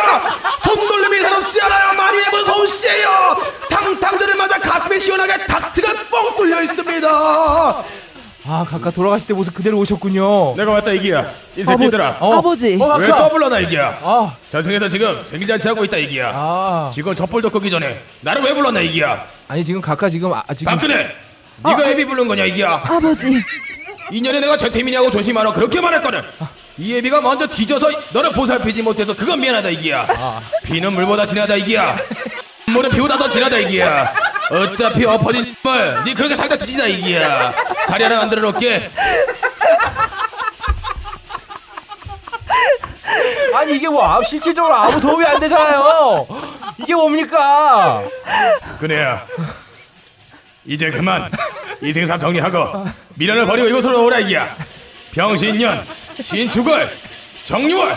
Speaker 2: 손놀림이 사롭지 않아요. 많이 해본 솜씨예요. 탕탕들을 맞아 가슴에 시원하게 닥트가 뻥 뚫려 있습니다.
Speaker 1: 아 각하 돌아가실 때 모습 그대로
Speaker 2: 어,
Speaker 1: 오셨군요.
Speaker 12: 내가 왔다 이기야. 이 새끼들아.
Speaker 5: 아버지. 아.
Speaker 12: 왜 떠불러나 이기야? 전승에서 지금 생기잔치 하고 있다 이기야. 지금 젖벌도 끄기 전에 나를 왜 불렀나 이기야?
Speaker 1: 아니 지금 각하 지금 아 지금
Speaker 12: 박근혜,
Speaker 5: 아.
Speaker 12: 네가 애비 부른 거냐 이기야?
Speaker 5: 아버지.
Speaker 2: 인연에 내가 최태민이하고 조심하라 그렇게 말했거든. 이 애비가 먼저 뒤져서 너를 보살피지 못해서 그건 미안하다 이기야. 비는 물보다 진하다 이기야. 물은 비보다 더 진하다 이기야. 어차피 엎어진
Speaker 12: 뭘? 네 그렇게 살다 뒤지다 이기야. 자리 하나 만들어 놓게.
Speaker 13: 아니 이게 뭐 아무- 실질적으로 아무 도움이 안 되잖아요. 이게 뭡니까?
Speaker 12: 그네야. 이제 그만 이생삼 정리하고 미련을 버리고 이곳으로 오라 이기야. 병신년, 신축을, 정유월.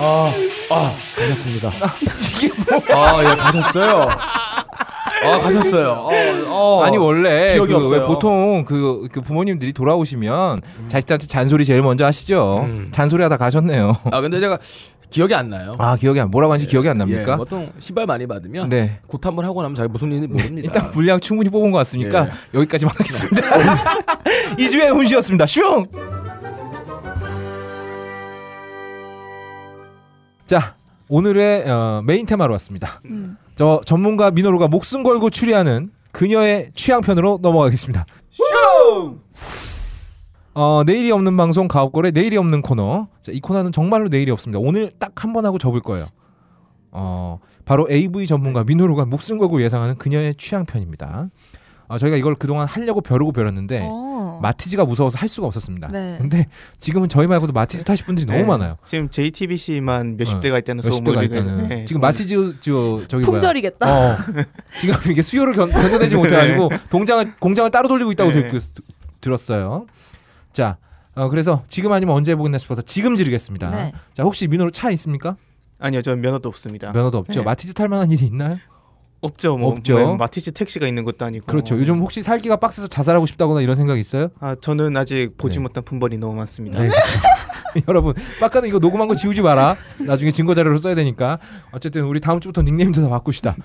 Speaker 13: 아, 아 가셨습니다.
Speaker 2: 아, 예, 가셨어요. 아, 가셨어요. 어, 어.
Speaker 1: 아니 원래
Speaker 2: 기억이
Speaker 1: 그
Speaker 2: 없어요. 음.
Speaker 1: 왜 보통 그, 그 부모님들이 돌아오시면 자식들한테 잔소리 제일 먼저 하시죠. 잔소리하다 가셨네요.
Speaker 2: 아, 근데 제가 기억이 안 나요.
Speaker 1: 아 기억이 안 뭐라고 하는지 기억이 안 납니까?
Speaker 2: 예, 보통 신발 많이 받으면
Speaker 1: 네.
Speaker 2: 굿 한번 하고 나면 잘 무슨 일인지 모릅니다.
Speaker 1: 일단 분량 충분히 뽑은 것
Speaker 2: 예.
Speaker 1: 같으니까 여기까지만
Speaker 2: 네.
Speaker 1: 하겠습니다. 이주의 훈시였습니다. 슝. 자 오늘의 어, 메인 테마로 왔습니다.
Speaker 9: 음.
Speaker 1: 저 전문가 민호로가 목숨 걸고 추리하는 그녀의 취향편으로 넘어가겠습니다. 어, 내일이 없는 방송 가옥걸의 내일이 없는 코너. 자, 이 코너는 정말로 내일이 없습니다. 오늘 딱 한 번 하고 접을 거예요. 어, 바로 AV 전문가 민호로가 목숨 걸고 예상하는 그녀의 취향편입니다. 어, 저희가 이걸 그동안 하려고 벼르고 벼렸는데 네.
Speaker 5: 어.
Speaker 1: 마티즈가 무서워서 할 수가 없었습니다.
Speaker 6: 네.
Speaker 1: 근데 지금은 저희 말고도 마티즈 타실 분들이 너무
Speaker 6: 네.
Speaker 1: 많아요. 네.
Speaker 6: 지금 JTBC만 몇십 대가 있다는
Speaker 1: 몇십 대가
Speaker 6: 소문이
Speaker 1: 있다는.
Speaker 6: 네,
Speaker 1: 지금
Speaker 6: 소문.
Speaker 1: 마티즈 저 저기 뭐야.
Speaker 5: 품절이겠다.
Speaker 1: 어. 지금 이게 수요를 견- 견뎌내지
Speaker 6: 네.
Speaker 1: 못해가지고 동장을 공장을 따로 돌리고 있다고
Speaker 6: 네.
Speaker 1: 들- 들었어요. 자, 어, 그래서 지금 아니면 언제 해보겠나 싶어서 지금 지르겠습니다.
Speaker 6: 네.
Speaker 1: 자, 혹시 민호로 차 있습니까?
Speaker 6: 아니요, 전 면허도 없습니다.
Speaker 1: 면허도 없죠.
Speaker 6: 네.
Speaker 1: 마티즈 탈 만한 일이 있나요?
Speaker 6: 없죠, 뭐,
Speaker 1: 없죠.
Speaker 6: 뭐 마티즈 택시가 있는 것도 아니고.
Speaker 1: 그렇죠. 요즘 혹시 살기가 빡세서 자살하고 싶다거나 이런 생각 있어요?
Speaker 6: 아, 저는 아직 보지 못한 품번이 너무 많습니다.
Speaker 1: 네, 그렇죠. 여러분, 빡가는 이거 녹음한 거 지우지 마라. 나중에 증거 자료로 써야 되니까. 어쨌든 우리 다음 주부터 닉네임도 다 바꿉시다.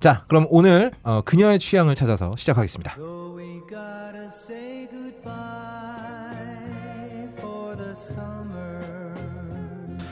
Speaker 1: 자, 그럼 오늘 어, 그녀의 취향을 찾아서 시작하겠습니다.
Speaker 9: gotta say goodbye for the summer.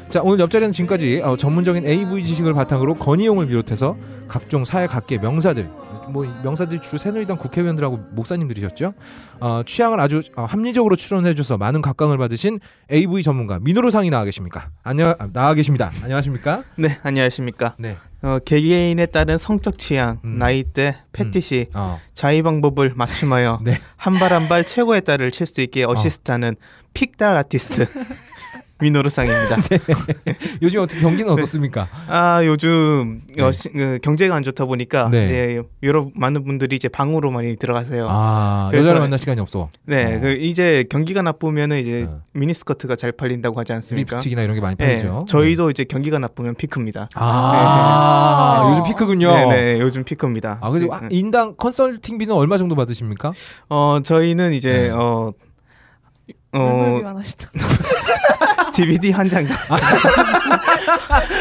Speaker 1: 자 오늘 옆자리는 지금까지 어, 전문적인 AV 지식을 바탕으로 건희용을 비롯해서 각종 사회 각계 명사들 뭐이 명사들이 주로 새누리당 국회의원들하고 목사님들이셨죠 어, 취향을 아주 어, 합리적으로 추론해줘서 많은 각광을 받으신 AV 전문가 민호로상이 나와 계십니까 안녕 아, 나와 계십니다 안녕하십니까
Speaker 6: 네, 안녕하십니까.
Speaker 1: 네.
Speaker 6: 어, 개개인에 따른 성적 취향,
Speaker 1: 음.
Speaker 6: 나이대, 패티시,
Speaker 1: 어,
Speaker 6: 자위 방법을 맞춤하여
Speaker 1: 네.
Speaker 6: 한 발 한 발 최고의 딸을 칠 수 있게 어시스트하는 픽달 아티스트 민호르상입니다.
Speaker 1: 네. 요즘 어떻게
Speaker 6: 네.
Speaker 1: 경기는 어떻습니까?
Speaker 6: 아 요즘 어, 시- 그 경제가 안 좋다 보니까
Speaker 1: 네.
Speaker 6: 이제 여러 많은 분들이 이제 방으로 많이 들어가세요.
Speaker 1: 아,
Speaker 6: 그래서-
Speaker 1: 여자를 만날 시간이 없어. 어.
Speaker 6: 네, 그 이제 경기가 나쁘면 이제 미니스커트가 잘 팔린다고 하지 않습니까?
Speaker 1: 립스틱이나 이런 게 많이
Speaker 6: 네,
Speaker 1: 팔리죠.
Speaker 6: 저희도 이제 경기가 나쁘면 피크입니다.
Speaker 1: 아,
Speaker 6: 네.
Speaker 1: 요즘 피크군요.
Speaker 6: 네, 네, 요즘 피크입니다.
Speaker 1: 아 근데
Speaker 6: 네.
Speaker 1: 인당 컨설팅비는 얼마 정도 받으십니까?
Speaker 6: 어 저희는
Speaker 1: 네.
Speaker 6: 이제 어, 어 DVD 한 장.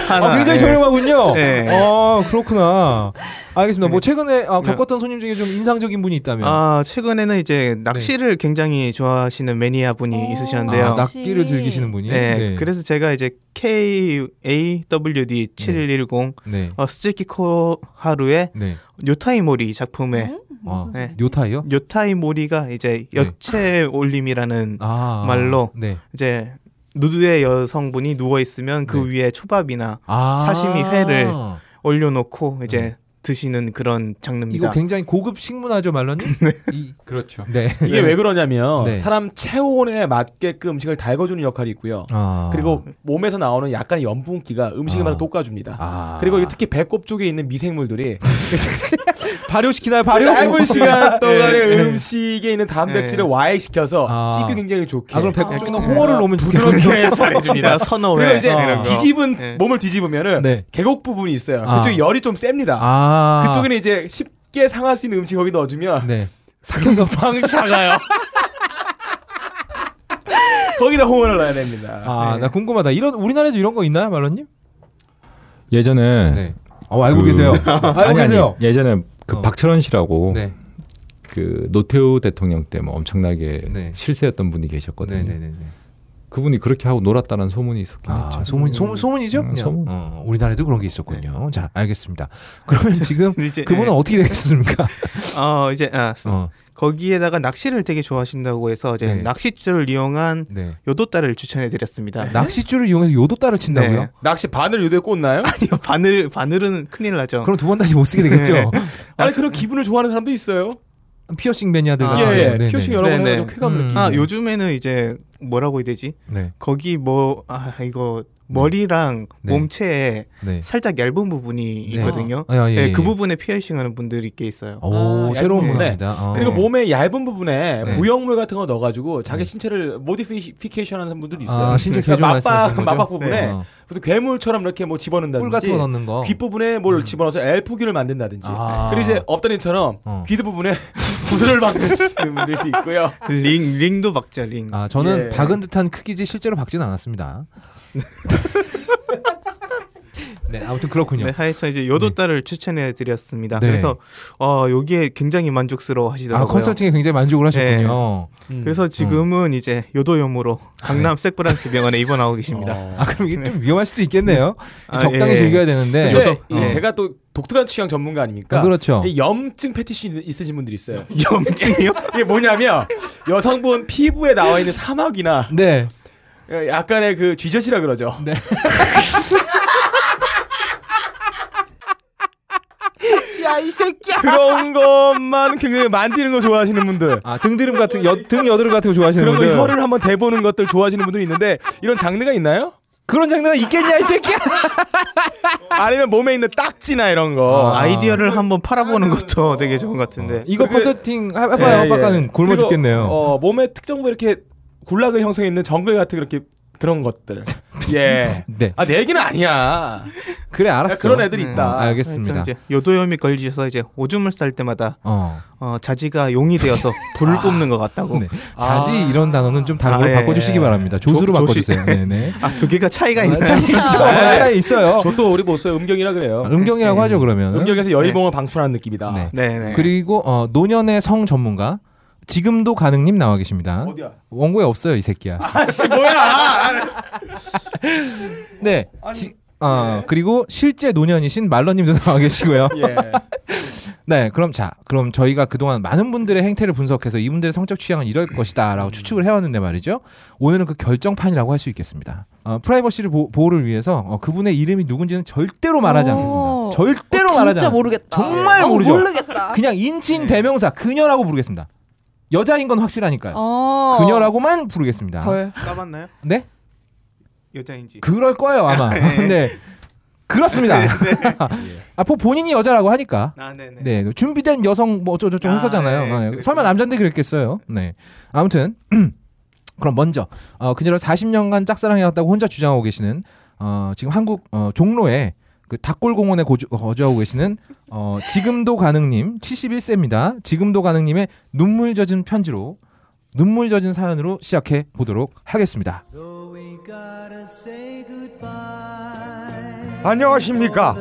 Speaker 6: 하나,
Speaker 1: 아, 굉장히
Speaker 6: 예.
Speaker 1: 저렴하군요.
Speaker 6: 예.
Speaker 1: 아 그렇구나. 알겠습니다. 뭐 최근에 아, 겪었던 손님 중에 좀 인상적인 분이 있다면
Speaker 6: 아 최근에는 이제 낚시를 굉장히 좋아하시는 매니아 분이 있으셨는데요.
Speaker 1: 네. 아, 낚시를 즐기시는 분이?
Speaker 6: 네,
Speaker 1: 네.
Speaker 6: 그래서 제가 이제 K A W D 7110
Speaker 1: 네.
Speaker 6: 어, 스즈키 코하루의
Speaker 1: 네.
Speaker 6: 요타이모리 작품에
Speaker 1: 아, 요타이요?
Speaker 6: 요타이모리가 이제 여체 올림이라는 말로
Speaker 1: 네.
Speaker 6: 이제 누드의 여성분이 누워 있으면
Speaker 1: 네.
Speaker 6: 그 위에 초밥이나
Speaker 1: 아.
Speaker 6: 사시미 회를 올려놓고 이제 드시는 그런 장르입니다.
Speaker 1: 네. 이거 굉장히 고급 식문화죠, 말로님? 네.
Speaker 2: 그렇죠.
Speaker 1: 네.
Speaker 2: 이게 왜 그러냐면
Speaker 1: 네.
Speaker 2: 사람 체온에 맞게끔 음식을 달궈주는 역할이 있고요.
Speaker 1: 아.
Speaker 2: 그리고 몸에서 나오는 약간의 염분기가 음식마다 돋궈줍니다.
Speaker 1: 아.
Speaker 2: 그리고 이 특히 배꼽 쪽에 있는 미생물들이 발효시키나요?
Speaker 1: 발효?
Speaker 2: 짧은 시간 동안에
Speaker 1: 예, 예.
Speaker 2: 음식에 있는 단백질을
Speaker 1: 예.
Speaker 2: 와액시켜서
Speaker 1: 아.
Speaker 2: 씹이 굉장히 좋게.
Speaker 1: 아, 그럼 배꼽 쪽에는 홍어를 넣으면 좋겠군요.
Speaker 2: 네.
Speaker 6: 네,
Speaker 2: 부드럽게 잘해줍니다.
Speaker 1: 선어 회,
Speaker 2: 그리고 이제
Speaker 1: 이런 거.
Speaker 2: 뒤집은
Speaker 6: 예.
Speaker 2: 몸을 뒤집으면은
Speaker 1: 아. 네.
Speaker 2: 계곡 부분이 있어요.
Speaker 1: 아.
Speaker 2: 그쪽이 열이 좀 셉니다.
Speaker 1: 아.
Speaker 2: 그쪽에는 이제 쉽게 상할 수 있는 음식 거기 넣어주면
Speaker 1: 네.
Speaker 2: 삭혀서 방 사가요. 거기다 홍어를 넣어야 됩니다.
Speaker 1: 아, 나 궁금하다. 이런 우리나라에도 이런 거 있나요, 말로님?
Speaker 11: 예전에
Speaker 1: 어, 알고 계세요. 알고
Speaker 11: 아니,
Speaker 1: 계세요. 어.
Speaker 11: 아니, 예전에 그 박철원 씨라고
Speaker 1: 네.
Speaker 11: 그 노태우 대통령 때 뭐 엄청나게
Speaker 1: 네.
Speaker 11: 실세였던 분이 계셨거든요.
Speaker 1: 네, 네, 네, 네.
Speaker 11: 그분이 그렇게 하고 놀았다는 소문이 있었긴 했죠.
Speaker 1: 아, 소문 소문 소문이죠? 그냥.
Speaker 11: 소문.
Speaker 1: 어, 우리나라에도 그런 게 있었군요. 자, 알겠습니다. 그러면 지금 그분은 어떻게 되셨습니까?
Speaker 6: 어 이제 아, 거기에다가 낚시를 되게 좋아하신다고 해서 이제 낚싯줄을 이용한
Speaker 1: 네.
Speaker 6: 요도따를 추천해드렸습니다.
Speaker 1: 낚싯줄을 이용해서 요도따를 친다고요?
Speaker 6: 낚시 바늘 요도에 꽂나요? 아니요 바늘 바늘은 큰일 나죠.
Speaker 1: 그럼 두 번 다시 못 쓰게 되겠죠?
Speaker 6: 네.
Speaker 2: 아니 그런 기분을 좋아하는 사람도 있어요. 예,
Speaker 1: 피어싱 매니아들 같은
Speaker 6: 아,
Speaker 1: 경우는. 네네.
Speaker 6: 네네.
Speaker 1: 음.
Speaker 6: 아 요즘에는 이제 뭐라고 해야 되지?
Speaker 1: 네.
Speaker 6: 거기 뭐 아 이거 머리랑
Speaker 1: 음. 네.
Speaker 6: 몸체에
Speaker 1: 네.
Speaker 6: 살짝 얇은 부분이
Speaker 1: 네.
Speaker 6: 있거든요.
Speaker 1: 아, 예,
Speaker 6: 네,
Speaker 1: 예,
Speaker 6: 그
Speaker 1: 예.
Speaker 6: 부분에 피어싱하는 분들이 꽤 있어요.
Speaker 1: 오,
Speaker 2: 얇은
Speaker 1: 새로운
Speaker 2: 부분에.
Speaker 1: 문화입니다. 어.
Speaker 2: 그리고 몸의 얇은 부분에
Speaker 1: 네.
Speaker 2: 보형물 같은 거 넣어가지고 자기 신체를 모디피케이션 하는 분들이 있어요.
Speaker 1: 아, 신체 개조
Speaker 2: 그러니까
Speaker 1: 말씀하시는 거죠?
Speaker 2: 맞박, 맞박 부분에
Speaker 1: 네. 어.
Speaker 2: 무슨 괴물처럼 이렇게 뭐 집어넣는다든지
Speaker 1: 뿔 같은 거 넣는 거. 음.
Speaker 2: 귀 부분에 뭘 집어넣어서 엘프귀를 만든다든지
Speaker 1: 아. 어.
Speaker 2: 그리고 이제 업다리처럼 귀 부분에 구슬을 박는 분들도 있고요.
Speaker 6: 링 링도 박자 링.
Speaker 1: 아, 저는
Speaker 6: 예.
Speaker 1: 박은 듯한 크기지 실제로 박진 않았습니다. 네, 아무튼 그렇군요.
Speaker 6: 네, 하여튼 이제 요도따를 추천해 드렸습니다.
Speaker 1: 네.
Speaker 6: 그래서 어, 여기에 굉장히 만족스러워 하시더라고요.
Speaker 1: 아, 컨설팅에 굉장히 만족을
Speaker 2: 네.
Speaker 1: 하셨군요. 음. 네.
Speaker 6: 그래서 지금은 이제 요도염으로 강남 색브란스 병원에 입원하고 계십니다.
Speaker 1: 아, 그럼 이게 좀 위험할 수도 있겠네요.
Speaker 6: 아,
Speaker 1: 적당히
Speaker 6: 예.
Speaker 1: 즐겨야 되는데.
Speaker 2: 근데 네. 이
Speaker 1: 어.
Speaker 2: 제가 또 독특한 취향 전문가 아닙니까?
Speaker 1: 아, 그렇죠.
Speaker 2: 그러니까 이 염증 패티시 있으신 분들이 있어요. 염증이요? 이게 뭐냐면 여성분 피부에 나와 있는 사막이나
Speaker 1: 네.
Speaker 2: 약간의 그 쥐젖이라 그러죠.
Speaker 1: 네. 아,
Speaker 2: 야 이 새끼야. 그런 것만 굉장히 만지는 거 좋아하시는 분들.
Speaker 1: 아 등드름 같은 여, 등 여드름 같은 거 좋아하시는 네.
Speaker 2: 그런
Speaker 1: 분들.
Speaker 2: 거 혀를 한번 대보는 것들 좋아하시는 분들이 있는데 이런 장르가 있나요?
Speaker 1: 그런 장르가 있겠냐 이 새끼야.
Speaker 2: 아니면 몸에 있는 딱지나 이런 거.
Speaker 6: 아, 아이디어를 한번 팔아보는 것도
Speaker 4: 네.
Speaker 6: 되게 좋은 것 같은데.
Speaker 1: 어,
Speaker 4: 그
Speaker 1: 이거 컨설팅 해- 해봐요. 아까는 네, 예. 굶어
Speaker 2: 그 예, 그리고,
Speaker 1: 죽겠네요.
Speaker 2: 어, 몸에 특정 부 이렇게 군락을 형성해 있는 정글 같은 그렇게 그런 것들. 예.
Speaker 1: 네. 그렇죠. 음,
Speaker 2: 아, 내 얘기는 아니야. 그러니까
Speaker 1: 그래 알았어.
Speaker 2: 그런 애들이
Speaker 4: 아,
Speaker 2: 있다.
Speaker 1: 아,
Speaker 4: 그렇죠.
Speaker 6: 하여튼 이제 요도염이 걸리셔서 이제 오줌을 쌀 때마다
Speaker 1: 어.
Speaker 6: 어, 자지가 용이 되어서 불을 뿜는 것 같다고.
Speaker 1: 아. 네. 자지 이런 단어는 좀 다른 걸로
Speaker 6: 아, 예.
Speaker 1: 바꿔주시기 바랍니다. 조수로
Speaker 6: 조-
Speaker 1: 바꿔주세요.
Speaker 6: 조시-
Speaker 1: 네네.
Speaker 6: 아두 개가 차이가
Speaker 1: 아,
Speaker 6: 있는
Speaker 1: 차이 있죠. 차이 있어요. 아,
Speaker 2: 저도 우리 못 써요. 음경이라 그래요.
Speaker 1: 음경이라고 하죠 그러면.
Speaker 2: 예. 음경에서 여의봉을 방출하는 느낌이다. 네.
Speaker 1: 그리고 어, 노년의 성 전문가 지금도 가능님 나와 계십니다.
Speaker 2: 어디야?
Speaker 1: 원고에 없어요 이 새끼야.
Speaker 2: 아씨 뭐야.
Speaker 1: 네.
Speaker 5: 예.
Speaker 1: 지- 어, 그리고 실제 노년이신 말러님도 나와 계시고요.
Speaker 2: 예.
Speaker 1: 네, 그럼 자, 그럼 저희가 그동안 많은 분들의 행태를 분석해서 이분들의 성적 취향은 이럴
Speaker 5: 음.
Speaker 1: 것이다라고 추측을 해왔는데 말이죠. 오늘은 그 결정판이라고 할 수 있겠습니다. 어, 프라이버시를 보, 호를 위해서 어, 그분의 이름이 누군지는 절대로 말하지
Speaker 5: 오.
Speaker 1: 않겠습니다. 절대로
Speaker 5: 어, 진짜 네.
Speaker 1: 말하지 않-
Speaker 5: 모르겠다.
Speaker 1: 정말
Speaker 5: 어,
Speaker 1: 모르죠.
Speaker 5: 모르겠다.
Speaker 1: 그냥 인칭 대명사 그녀라고 부르겠습니다. 여자인 건 확실하니까요.
Speaker 5: 어.
Speaker 1: 그녀라고만 부르겠습니다.
Speaker 6: 까봤나요?
Speaker 1: 네?
Speaker 6: 여자인지.
Speaker 1: 그럴 거예요 아마. 네. 그렇습니다. 아, 보- 본인이 여자라고 하니까.
Speaker 6: 아, 네네.
Speaker 1: 네, 준비된 여성 뭐 어쩌고저쩌고
Speaker 6: 아,
Speaker 1: 했었잖아요. 아, 설마 남잔데 그랬겠어요. 네. 아무튼 그럼 먼저 어, 그녀를 40년간 짝사랑해왔다고 혼자 주장하고 계시는 어, 지금 한국 어, 종로에 그 닭골공원에 고주, 거주하고 계시는 어, 지금도 가능님 71세입니다. 지금도 가능님의 눈물 젖은 편지로 눈물 젖은 사연으로 시작해 보도록 하겠습니다.
Speaker 4: 안녕하십니까.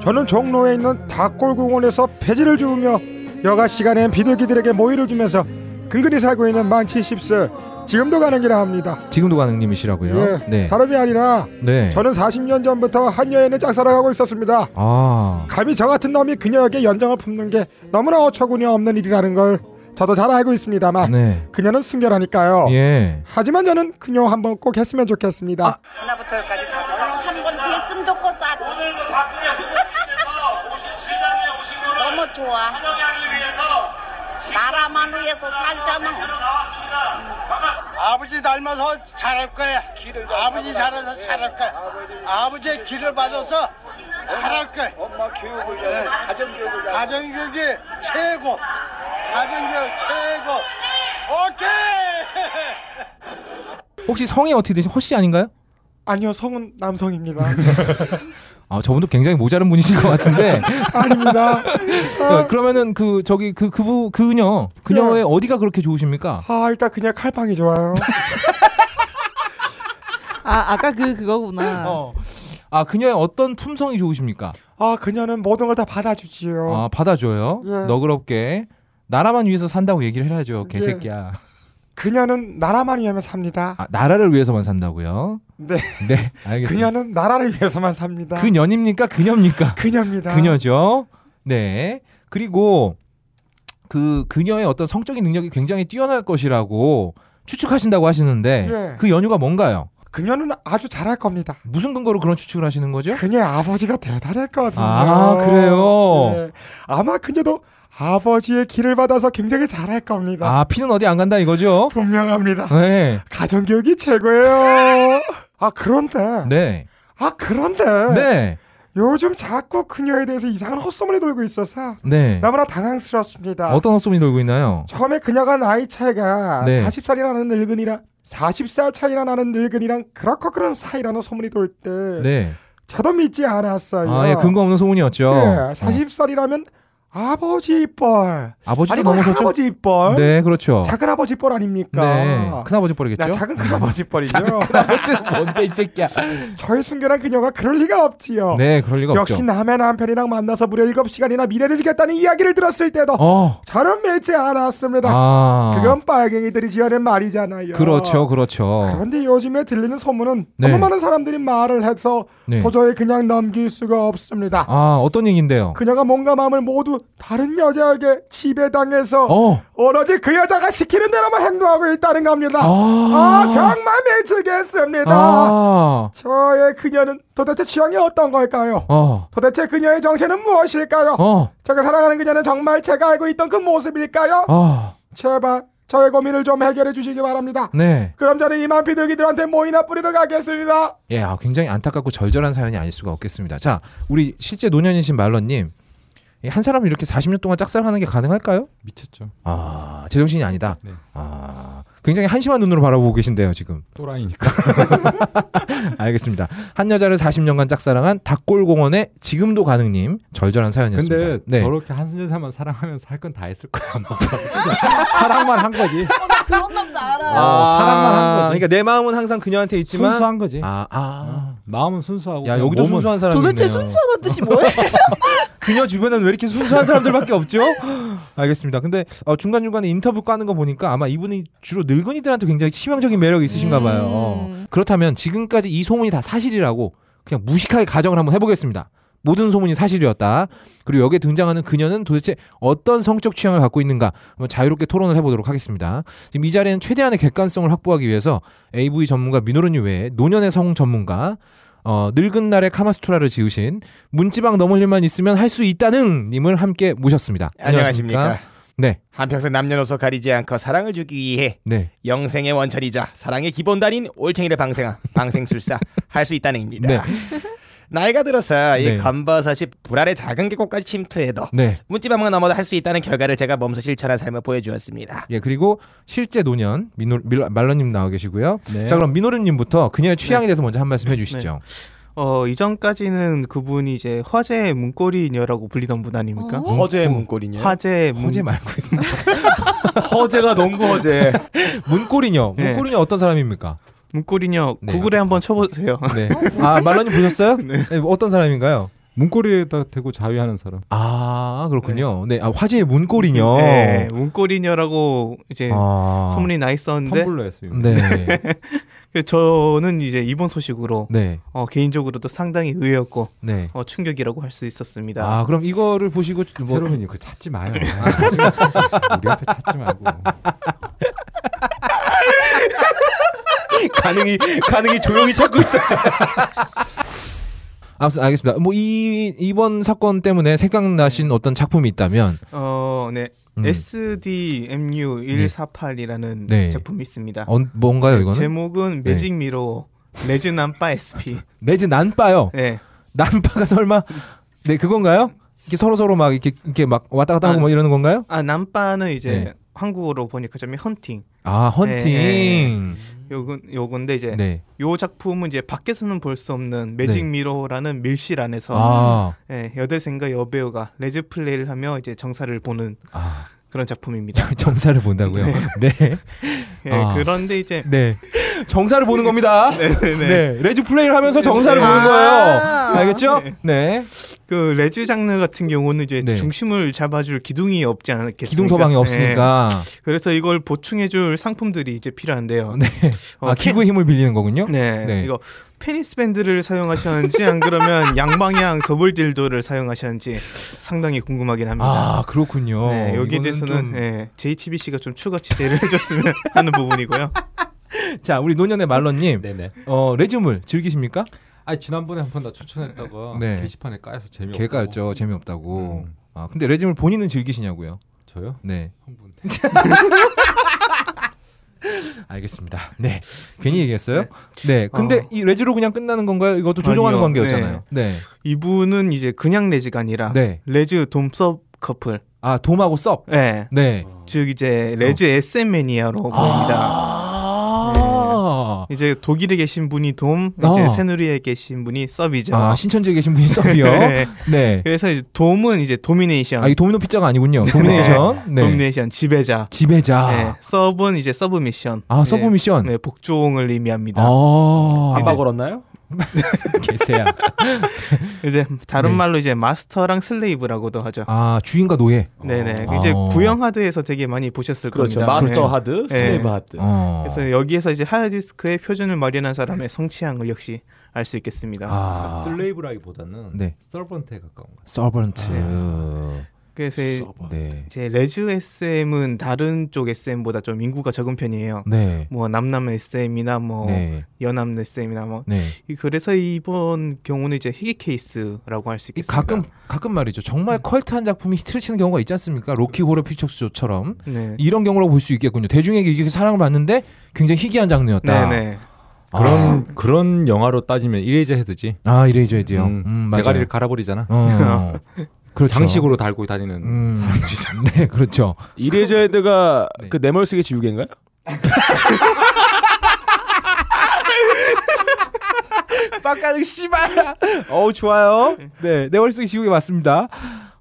Speaker 4: 저는 종로에 있는 닭골공원에서 폐지를 주우며 여가 시간엔 비둘기들에게 모이를 주면서 근근히 살고 있는 만 70세 지금도 가는 길라 합니다.
Speaker 1: 지금도 가능님이시라고요.
Speaker 4: 예,
Speaker 1: 네.
Speaker 4: 다름이 아니라
Speaker 1: 네.
Speaker 4: 저는 40년 전부터 한 여인을 짝사랑하고 있었습니다.
Speaker 1: 아.
Speaker 4: 감히 저 같은 놈이 그녀에게 연정을 품는 게 너무나 어처구니 없는 일이라는 걸 저도 잘 알고 있습니다만
Speaker 1: 네.
Speaker 4: 그녀는 순결하니까요.
Speaker 1: 예.
Speaker 4: 하지만 저는 그녀 한번 꼭 했으면 좋겠습니다.
Speaker 10: 하나부터 열까지 다 한번 뒤에쯤 좋고 짜. 너무 좋아. 나라만 위해서 살잖아.
Speaker 14: 아버지 닮아서 잘할 거야. 아버지 잘해서 잘할 거야. 아버지의 길을 받아서 잘할 거야. 엄마 교육을 잘해. 가정교육을 잘해. 가정교육이 최고. 가정교육 최고. 오케이!
Speaker 1: 혹시 성이 어떻게 되시? 허씨 아닌가요?
Speaker 4: 아니요 성은 남성입니다.
Speaker 1: 아, 저분도 굉장히 모자른 분이신 것 같은데.
Speaker 4: 아닙니다.
Speaker 1: 네, 그러면은 그 저기 그 그부 그녀 그녀의 어디가 그렇게 좋으십니까?
Speaker 4: 아 일단 그냥 칼빵이 좋아요.
Speaker 5: 아 아까 그 그거구나.
Speaker 1: 아, 그녀의 어떤 품성이 좋으십니까?
Speaker 4: 아 그녀는 모든 걸 다 받아주지요.
Speaker 1: 아, 받아줘요.
Speaker 4: 예.
Speaker 1: 너그럽게 나라만 위해서 산다고 얘기를 해야죠, 개새끼야.
Speaker 4: 그녀는 나라만 위하면 삽니다.
Speaker 1: 아, 나라를 위해서만 산다고요?
Speaker 4: 네.
Speaker 1: 네, 알겠습니다.
Speaker 4: 그녀는 나라를 위해서만 삽니다.
Speaker 1: 그녀입니까? 그녀입니까?
Speaker 4: 그녀입니다.
Speaker 1: 그녀죠. 네. 그리고 그 그녀의 어떤 성적인 능력이 굉장히 뛰어날 것이라고 추측하신다고 하시는데
Speaker 4: 예.
Speaker 1: 그 연유가 뭔가요?
Speaker 4: 그녀는 아주 잘할 겁니다.
Speaker 1: 무슨 근거로 그런 추측을 하시는 거죠?
Speaker 4: 그녀의 아버지가 대단했거든요.
Speaker 1: 아, 그래요?
Speaker 4: 예. 아마 그녀도 아버지의 길을 받아서 굉장히 잘할 겁니다.
Speaker 1: 아, 피는 어디 안 간다 이거죠?
Speaker 4: 분명합니다.
Speaker 1: 네.
Speaker 4: 가정교육이 최고예요. 아 그런데
Speaker 1: 네.
Speaker 4: 아 그런데
Speaker 1: 네.
Speaker 4: 요즘 자꾸 그녀에 대해서 이상한 헛소문이 돌고 있어서
Speaker 1: 네.
Speaker 4: 너무나 당황스럽습니다.
Speaker 1: 어떤 헛소문이 돌고 있나요?
Speaker 4: 처음에 그녀가 나이 차이가
Speaker 1: 네.
Speaker 4: 40살이라는 늙은이랑 40살 차이나 나는 늙은이랑 그렇고 그런 사이라는 소문이 돌 때
Speaker 1: 네.
Speaker 4: 저도 믿지 않았어요.
Speaker 1: 아, 예, 근거 네, 없는 소문이었죠.
Speaker 4: 예, 40살이라면 아버지 뻘.
Speaker 1: 아버지도
Speaker 4: 아니, 그
Speaker 1: 넘어섰죠?
Speaker 4: 할아버지 뻘.
Speaker 1: 네, 그렇죠.
Speaker 4: 작은 아버지 뻘 아닙니까?
Speaker 1: 네. 큰아버지 뻘이겠죠?
Speaker 4: 야, 작은 큰아버지 뻘이죠.
Speaker 1: 큰아버지는 뭔데 이 새끼야.
Speaker 4: 저의 순결한 그녀가 그럴 리가 없지요.
Speaker 1: 네, 그럴 리가
Speaker 4: 역시
Speaker 1: 없죠.
Speaker 4: 남의 남편이랑 만나서 무려 7시간이나 미래를 지켰다는 이야기를 들었을 때도
Speaker 1: 어.
Speaker 4: 저는 믿지 않았습니다.
Speaker 1: 아.
Speaker 4: 그건 빨갱이들이 지어낸 말이잖아요.
Speaker 1: 그렇죠. 그렇죠.
Speaker 4: 그런데 아, 요즘에 들리는 소문은
Speaker 1: 네.
Speaker 4: 너무 많은 사람들이 말을 해서
Speaker 1: 네.
Speaker 4: 도저히 그냥 넘길 수가 없습니다.
Speaker 1: 아, 어떤 얘기인데요?
Speaker 4: 그녀가 몸과 마음을 모두 다른 여자에게 지배당해서
Speaker 1: 어.
Speaker 4: 오로지 그 여자가 시키는 대로만 행동하고 있다는 겁니다.
Speaker 1: 아.
Speaker 4: 아, 정말 미치겠습니다.
Speaker 1: 아.
Speaker 4: 저의 그녀는 도대체 취향이 어떤 걸까요?
Speaker 1: 어.
Speaker 4: 도대체 그녀의 정체는 무엇일까요?
Speaker 1: 어.
Speaker 4: 제가 사랑하는 그녀는 정말 제가 알고 있던 그 모습일까요?
Speaker 1: 아.
Speaker 4: 제발 저의 고민을 좀 해결해 주시기 바랍니다.
Speaker 1: 네.
Speaker 4: 그럼 저는 이만 비둘기들한테 모이나 뿌리러 가겠습니다.
Speaker 1: 예, 아, 굉장히 안타깝고 절절한 사연이 아닐 수가 없겠습니다. 자, 우리 실제 노년이신 말러님, 이한 사람을 이렇게 40년 동안 짝사랑하는 게 가능할까요?
Speaker 11: 미쳤죠.
Speaker 1: 아, 제정신이 아니다.
Speaker 11: 네.
Speaker 1: 아, 굉장히 한심한 눈으로 바라보고 계신데요, 지금.
Speaker 11: 또라이니까.
Speaker 1: 알겠습니다. 한 여자를 40년간 짝사랑한 닭골공원의 지금도 가능님 절절한 사연이었습니다.
Speaker 11: 근데
Speaker 1: 네.
Speaker 11: 저렇게 한 여자만 사랑하면서 할 건 다 했을 거야. 아마. 사랑만 한 거지.
Speaker 5: 그런 남자 알아요.
Speaker 11: 아, 사랑만 한 거지.
Speaker 1: 그러니까 내 마음은 항상 그녀한테 있지만
Speaker 11: 순수한 거지.
Speaker 1: 아, 아.
Speaker 11: 마음은 순수하고.
Speaker 1: 야,
Speaker 11: 그냥
Speaker 1: 여기도
Speaker 11: 몸은-
Speaker 1: 순수한 아, 사람이 도대체 있네요. 순수한
Speaker 5: 순수하다는 뜻이 뭐예요?
Speaker 1: 그녀 주변엔 왜 이렇게 순수한 사람들밖에 없죠? 알겠습니다. 근데 어, 중간 중간에 인터뷰 까는 거 보니까 아마 이분이 주로 늙은이들한테 굉장히 치명적인 매력이 있으신가 봐요. 그렇다면 지금까지 이 소문이 다 사실이라고 그냥 무식하게 가정을 한번 해보겠습니다. 모든 소문이 사실이었다. 그리고 여기에 등장하는 그녀는 도대체 어떤 성적 취향을 갖고 있는가 한번 자유롭게 토론을 해보도록 하겠습니다. 지금 이 자리에는 최대한의 객관성을 확보하기 위해서 AV 전문가 민호른님 외에 노년의 성 전문가 어, 늙은 날에 카마스투라를 지으신 문지방 넘을 일만 있으면 할 수 있다는 님을 함께 모셨습니다.
Speaker 2: 예, 안녕하십니까.
Speaker 1: 네.
Speaker 2: 한평생 남녀노소 가리지 않고 사랑을 주기 위해
Speaker 1: 네.
Speaker 2: 영생의 원천이자 사랑의 기본단인 올챙이를 방생한 방생술사 할 수 있다는입니다.
Speaker 1: 네.
Speaker 2: 나이가 들어서 이
Speaker 1: 네.
Speaker 2: 건버섯이 불알의 작은 계곡까지 침투해도
Speaker 1: 네.
Speaker 2: 문지방만 넘어도 할 수 있다는 결과를 제가 몸소 실천한 삶을 보여주었습니다.
Speaker 1: 예, 그리고 실제 노년 민호 밀- 말러님 나와 계시고요.
Speaker 2: 네.
Speaker 1: 자, 그럼 민호른님부터 그녀의 취향에 대해서 먼저 한 말씀 해주시죠.
Speaker 6: 어 이전까지는 그분이 이제 화제의 문고리녀라고 불리던 분 아닙니까?
Speaker 2: 어? 허재의 네. 문고리녀?
Speaker 6: 화제의 문...
Speaker 1: 허재 말고
Speaker 2: 허재가 농구 허재.
Speaker 1: 문고리녀.
Speaker 6: 네.
Speaker 1: 문고리녀 어떤 사람입니까?
Speaker 6: 문고리녀 구글에 한번 쳐보세요.
Speaker 1: 네. 아, 말러님 보셨어요? 네, 어떤 사람인가요?
Speaker 11: 문고리에다 대고 자위하는 사람.
Speaker 1: 아, 그렇군요. 네. 아, 화제의 문고리녀.
Speaker 6: 네, 문고리녀라고 이제
Speaker 1: 아.
Speaker 6: 소문이 나 있었는데
Speaker 11: 텀블러였어요.
Speaker 1: 네.
Speaker 6: 그래서 저는 이제 이번 소식으로
Speaker 1: 네.
Speaker 6: 어, 개인적으로도 상당히 의외였고
Speaker 1: 네.
Speaker 6: 어, 충격이라고 할 수 있었습니다.
Speaker 1: 아, 그럼 이거를 보시고 뭐
Speaker 11: 새로운 이거 찾지 마요.
Speaker 1: 우리 앞에 찾지 말고. 가능이 가능이 조용히 찾고 있었죠. 아무튼 알겠습니다. 뭐 이 이번 사건 때문에 생각나신 어떤 작품이 있다면
Speaker 6: 어, 네.
Speaker 1: 아. 음.
Speaker 6: SDMU 148이라는
Speaker 1: 네.
Speaker 6: 작품이 있습니다.
Speaker 1: 어, 뭔가요, 이거는?
Speaker 6: 제목은
Speaker 1: 네.
Speaker 6: 매직 미로 레즈 남바 SP.
Speaker 1: 내지 난빠요.
Speaker 6: 네.
Speaker 1: 난빠가 설마 네 그건가요? 이렇게 서로 서로 막 이렇게 이렇게 막 왔다 갔다 하고 뭐 이러는 건가요?
Speaker 6: 아, 남바는 이제
Speaker 1: 네.
Speaker 6: 한국어로 보니까 점이 헌팅.
Speaker 1: 아, 헌팅.
Speaker 6: 요건 요건데 이제
Speaker 1: 네.
Speaker 6: 요 작품은 이제 밖에서는 볼 수 없는 매직
Speaker 1: 네.
Speaker 6: 미로라는 밀실 안에서
Speaker 1: 아.
Speaker 6: 예, 여대생과 여배우가 레즈 플레이를 하며 이제 정사를 보는
Speaker 1: 아.
Speaker 6: 그런 작품입니다.
Speaker 1: 정사를 본다고요. 네.
Speaker 6: 예,
Speaker 1: 아.
Speaker 6: 그런데 이제
Speaker 1: 네. 정사를 보는 겁니다. 네, 레즈 플레이를 하면서 정사를 보는 거예요. 알겠죠? 네.
Speaker 6: 아. 그 레즈 장르 같은 경우는 이제 중심을 잡아줄 기둥이 없지 않겠습니까? 예.
Speaker 1: 기둥 서방이
Speaker 6: 네.
Speaker 1: 없으니까.
Speaker 6: 그래서 이걸 보충해줄 상품들이 이제 필요한데요. 어,
Speaker 1: 아, 기구의 힘을 빌리는 거군요.
Speaker 6: 네. 이거 페니스 밴드를 사용하셨는지 안 그러면 양방향 더블 딜도를 사용하셨는지 상당히 궁금하긴 합니다.
Speaker 1: 아, 그렇군요.
Speaker 6: 네, 여기에
Speaker 1: 이거는
Speaker 6: 대해서는
Speaker 1: 좀-
Speaker 6: 예, JTBC가 좀 추가 취재를 해줬으면 하는 부분이고요.
Speaker 1: 자, 우리 노년의
Speaker 6: 네.
Speaker 1: 말러님, 어 레즈물 즐기십니까?
Speaker 11: 아니 지난번에 한 번 나 추천했다가
Speaker 1: 네.
Speaker 11: 게시판에 까여서 재미없고
Speaker 1: 개가였죠. 재미없다고.
Speaker 6: 음.
Speaker 1: 아, 근데 레즈물 본인은 즐기시냐고요?
Speaker 11: 저요?
Speaker 1: 네. 알겠습니다. 네. 괜히 얘기했어요? 네. 근데
Speaker 6: 어.
Speaker 1: 이 레즈로 그냥 끝나는 건가요? 이것도 조정하는
Speaker 6: 아니요.
Speaker 1: 관계였잖아요. 네.
Speaker 6: 이분은 이제 그냥 레즈가 아니라
Speaker 1: 네.
Speaker 6: 레즈 돔섭 커플.
Speaker 1: 아 돔하고 섭.
Speaker 6: 네.
Speaker 1: 네.
Speaker 6: 즉 이제 레즈 SM 매니아로 보입니다. 네. 이제 독일에 계신 분이 돔, 이제
Speaker 1: 아.
Speaker 6: 새누리에 계신 분이 섭이죠.
Speaker 1: 아, 신천지에 계신 분이 섭이요? 네.
Speaker 6: 그래서 이제 돔은 이제 도미네이션.
Speaker 1: 아, 이 도미노 피자가 아니군요. 도미네이션. 네.
Speaker 6: 도미네이션 지배자.
Speaker 1: 지배자.
Speaker 6: 네. 서브는 이제 서브 미션.
Speaker 1: 아, 서브 미션.
Speaker 6: 네, 복종을 의미합니다.
Speaker 1: 아.
Speaker 6: 이제-
Speaker 13: 걸었나요?
Speaker 1: 개새야.
Speaker 6: 이제 다른
Speaker 1: 네.
Speaker 6: 말로 이제 마스터랑 슬레이브라고도 하죠.
Speaker 1: 아, 주인과 노예.
Speaker 6: 네네.
Speaker 1: 아.
Speaker 6: 이제 구형 하드에서 되게 많이 보셨을
Speaker 13: 그렇죠.
Speaker 6: 겁니다.
Speaker 13: 마스터
Speaker 6: 네.
Speaker 13: 하드,
Speaker 6: 네.
Speaker 13: 슬레이브 하드.
Speaker 1: 어.
Speaker 6: 그래서 여기에서 이제 하드디스크의 표준을 마련한 사람의 성취향을 역시 알 수 있겠습니다.
Speaker 1: 아.
Speaker 11: 슬레이브라기보다는
Speaker 1: 네.
Speaker 11: 서번트에 가까운 거.
Speaker 1: 서번트.
Speaker 6: 그래서
Speaker 1: 네.
Speaker 6: 제 레즈 SM은 다른 쪽 SM보다 좀 인구가 적은 편이에요.
Speaker 1: 네.
Speaker 6: 뭐 남남 SM이나 뭐
Speaker 1: 네.
Speaker 6: 연암 SM이나 뭐
Speaker 1: 네.
Speaker 6: 이- 그래서 이번 경우는 이제 희귀 케이스라고 할 수 있겠습니다. 음.
Speaker 1: 가끔 가끔 말이죠. 정말 컬트한 작품이 히트를 치는 경우가 있지 않습니까? 로키 호러 피처스처럼
Speaker 6: 네.
Speaker 1: 이런 경우라고 볼 수 있겠군요. 대중에게 이게 사랑을 받는데 굉장히 희귀한 장르였다.
Speaker 6: 네,
Speaker 11: 그런 그런 영화로 따지면 이레이저 헤드지.
Speaker 1: 아 이래죠, 이래요. 음, 맞아요.
Speaker 11: 대가리를 갈아버리잖아.
Speaker 1: 어. 그렇죠.
Speaker 11: 장식으로 달고 다니는 사람들이잖아.
Speaker 1: 네, 그렇죠.
Speaker 13: 이레저 헤드가 그 네멀스게 지우개인가요?
Speaker 1: 빡가는 씨발. 어우 좋아요. 네, 내 머릿속에 지우개 맞습니다.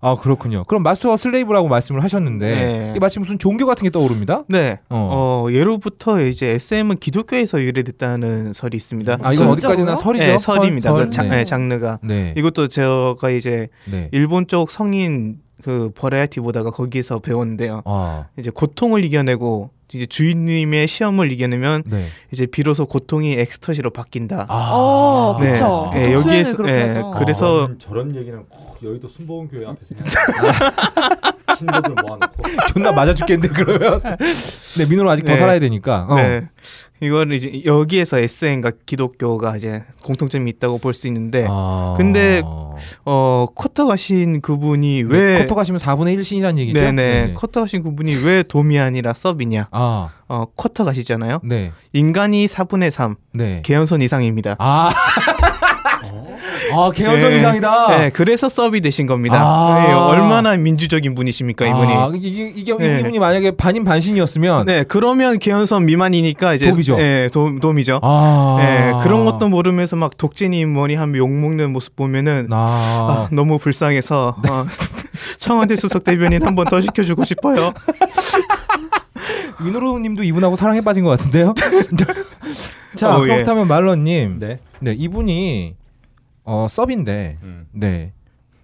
Speaker 1: 아 그렇군요. 그럼 마스터와 슬레이브라고 말씀을 하셨는데
Speaker 6: 네.
Speaker 1: 이게 마치 무슨 종교 같은 게 떠오릅니다.
Speaker 6: 네.
Speaker 1: 어.
Speaker 6: 어. 예로부터 이제 SM은 기독교에서 유래됐다는 설이 있습니다.
Speaker 1: 아, 이건 어디까지나 설이죠?
Speaker 6: 네, 설입니다.
Speaker 1: 설,
Speaker 6: 그 장,
Speaker 1: 네.
Speaker 6: 네, 장르가.
Speaker 1: 네.
Speaker 6: 이것도 제가 이제
Speaker 1: 네.
Speaker 6: 일본 쪽 성인 그 버라이티 보다가 거기에서 배웠는데요.
Speaker 1: 아.
Speaker 6: 이제 고통을 이겨내고 이제 주인님의 시험을 이겨내면
Speaker 1: 네.
Speaker 6: 이제 비로소 고통이 엑스터시로 바뀐다.
Speaker 5: 어,
Speaker 6: 네.
Speaker 5: 그쵸.
Speaker 6: 네,
Speaker 5: 보통
Speaker 6: 여기에서
Speaker 5: 수행을 예, 그렇게
Speaker 6: 네,
Speaker 5: 하죠.
Speaker 6: 그래서
Speaker 11: 저런, 저런 얘기는 꼭 여의도 순복음 교회 앞에 생각. 신도들 모아놓고.
Speaker 1: 존나 맞아 죽겠는데 그러면. 네, 민호는 아직 더 살아야 되니까. 어.
Speaker 6: 네. 이거는 이제 여기에서 SN과 기독교가 이제 공통점이 있다고 볼 수 있는데
Speaker 5: 아.
Speaker 1: 아.
Speaker 6: 근데 어 커터 가신 그분이
Speaker 5: 네,
Speaker 6: 왜
Speaker 1: 커터 가시면 4분의 1신이라는 얘기죠.
Speaker 6: 네네
Speaker 1: 네네.
Speaker 6: 커터 가신 그분이 왜 돔이 아니라 서비냐
Speaker 1: 아.
Speaker 6: 어 커터 가시잖아요
Speaker 1: 네.
Speaker 6: 인간이 4분의 3
Speaker 1: 네.
Speaker 6: 개연선 이상입니다
Speaker 1: 아 아, 개연성
Speaker 6: 네.
Speaker 1: 이상이다.
Speaker 6: 네, 그래서 서비 되신 겁니다.
Speaker 1: 아.
Speaker 6: 네, 얼마나 민주적인 분이십니까 그러니까 이분이?
Speaker 1: 아, 이게 이게
Speaker 6: 네.
Speaker 1: 이분이 만약에 반인 반신이었으면
Speaker 6: 네, 그러면 개연선 미만이니까 이제
Speaker 1: 돔이죠.
Speaker 6: 예, 돔, 돔이죠.
Speaker 1: 아.
Speaker 6: 예, 그런 것도 모르면서 막 독재니 뭐니 하면 욕 먹는 모습 보면은
Speaker 1: 아. 네.
Speaker 6: 아, 너무 불쌍해서 어, 청와대 수석 대변인 한 번 더 시켜주고 싶어요.
Speaker 1: 윤호로님도 이분하고 사랑에 빠진 것 같은데요. 자
Speaker 11: 어, 예.
Speaker 1: 그렇다면 말러님,
Speaker 11: 네.
Speaker 1: 네. 이분이 어, 서브인데,
Speaker 11: 음.
Speaker 1: 네.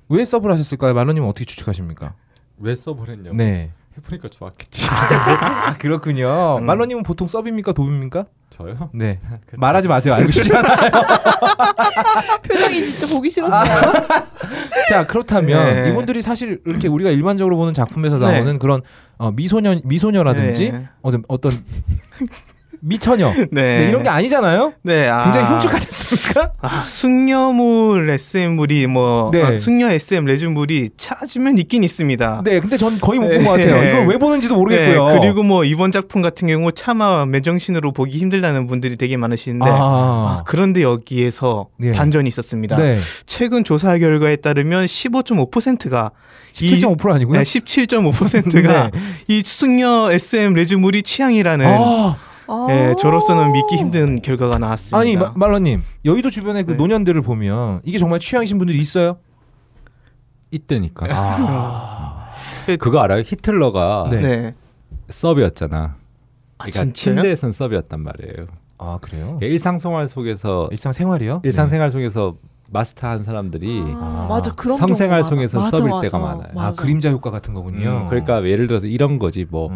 Speaker 1: 왜 서브를 하셨을까요? 말러님 은 어떻게 추측하십니까?
Speaker 11: 왜 써버렸냐고.
Speaker 1: 네.
Speaker 11: 해보니까 좋았겠지. 음.
Speaker 1: 아 그렇군요. 말러님은 보통 서브입니까 도입니까?
Speaker 11: 저요?
Speaker 1: 네. 말하지 마세요. 알고 싶잖아요.
Speaker 5: 아, 표정이 진짜 보기 싫었어요.
Speaker 1: 자 그렇다면
Speaker 11: 네.
Speaker 1: 이분들이 사실 이렇게 우리가 일반적으로 보는 작품에서 나오는
Speaker 11: 네.
Speaker 1: 그런 어, 미소년 미소녀라든지
Speaker 11: 네.
Speaker 1: 어떤 어떤 미처녀
Speaker 6: 네.
Speaker 1: 네, 이런 게 아니잖아요.
Speaker 6: 네, 아.
Speaker 1: 굉장히 흉측하지 않습니까?
Speaker 6: 아, 숙녀물 SM물이 뭐
Speaker 1: 네.
Speaker 6: 아, 숙녀 SM 레즈물이 찾으면 있긴 있습니다.
Speaker 1: 네, 근데 전 거의 못 본 것 같아요. 이걸 왜 보는지도 모르겠고요.
Speaker 6: 네, 그리고 뭐 이번 작품 같은 경우 차마 맨정신으로 보기 힘들다는 분들이 되게 많으시는데
Speaker 1: 아.
Speaker 6: 아, 그런데 여기에서
Speaker 1: 네.
Speaker 6: 반전이 있었습니다.
Speaker 1: 네.
Speaker 6: 최근 조사 결과에 따르면 15.5%가
Speaker 1: 17.5% 아니고요? 네.
Speaker 6: 네, 17.5%가 이 숙녀 SM 레즈물이 취향이라는
Speaker 1: 아.
Speaker 6: 예, 저로서는 믿기 힘든 결과가 나왔습니다.
Speaker 1: 아니 마- 말러님 여의도 주변에 그 노년들을 보면 이게 정말 취향이신 분들이 있어요? 아,
Speaker 11: 있다니까. 그거 알아요? 히틀러가
Speaker 6: 네. 아,
Speaker 11: 서브였잖아.
Speaker 6: 진짜요?
Speaker 3: 그러니까
Speaker 11: 침대에선 서브였단 말이에요.
Speaker 1: 아 그래요?
Speaker 3: 일상생활 속에서
Speaker 1: 네. 일상생활이요?
Speaker 3: 예. 일상생활 속에서 마스터한 사람들이
Speaker 5: 맞아, 그런
Speaker 3: 성생활
Speaker 5: 경우가 많아.
Speaker 3: 속에서
Speaker 5: 맞아,
Speaker 3: 써볼
Speaker 5: 맞아,
Speaker 3: 때가 많아요.
Speaker 5: 맞아. 아,
Speaker 1: 네. 그림자 효과 같은 거군요.
Speaker 3: 그러니까 예를 들어서 이런 거지 뭐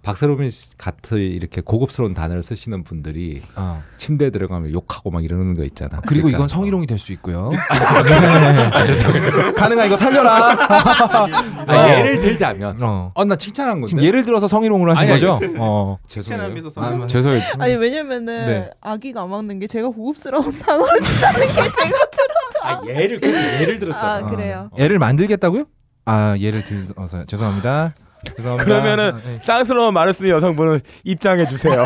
Speaker 3: 박세롬이 같은 이렇게 고급스러운 단어를 쓰시는 분들이
Speaker 1: 어.
Speaker 3: 침대에 들어가면 욕하고 막 이러는 거 있잖아.
Speaker 1: 그리고
Speaker 3: 그러니까
Speaker 1: 이건 성희롱이 될 수 있고요. 네.
Speaker 3: 아, 죄송해요.
Speaker 1: 가능한 이거 살려라.
Speaker 3: 아, 예를 들자면 어. 나 칭찬한 건데.
Speaker 1: 지금 예를 들어서 성희롱으로 하신
Speaker 3: 아니,
Speaker 1: 거죠?
Speaker 3: 아니.
Speaker 1: 어.
Speaker 3: 칭찬하면서
Speaker 1: 아,
Speaker 3: 성희롱.
Speaker 1: 죄송해요.
Speaker 5: 아니 왜냐면은
Speaker 1: 네.
Speaker 5: 아기가 안 막는 게 제가 고급스러운 단어를 쓰는 게 제가 들어도 아,
Speaker 3: 예를 예를
Speaker 5: 들었잖아. 아 그래요.
Speaker 1: 얘를 어. 만들겠다고요? 아 얘를 들어서 죄송합니다. 죄송합니다. 아,
Speaker 2: 그러면은
Speaker 1: 네.
Speaker 2: 쌍스러운 말을 쓰는 여성분을 입장해 주세요.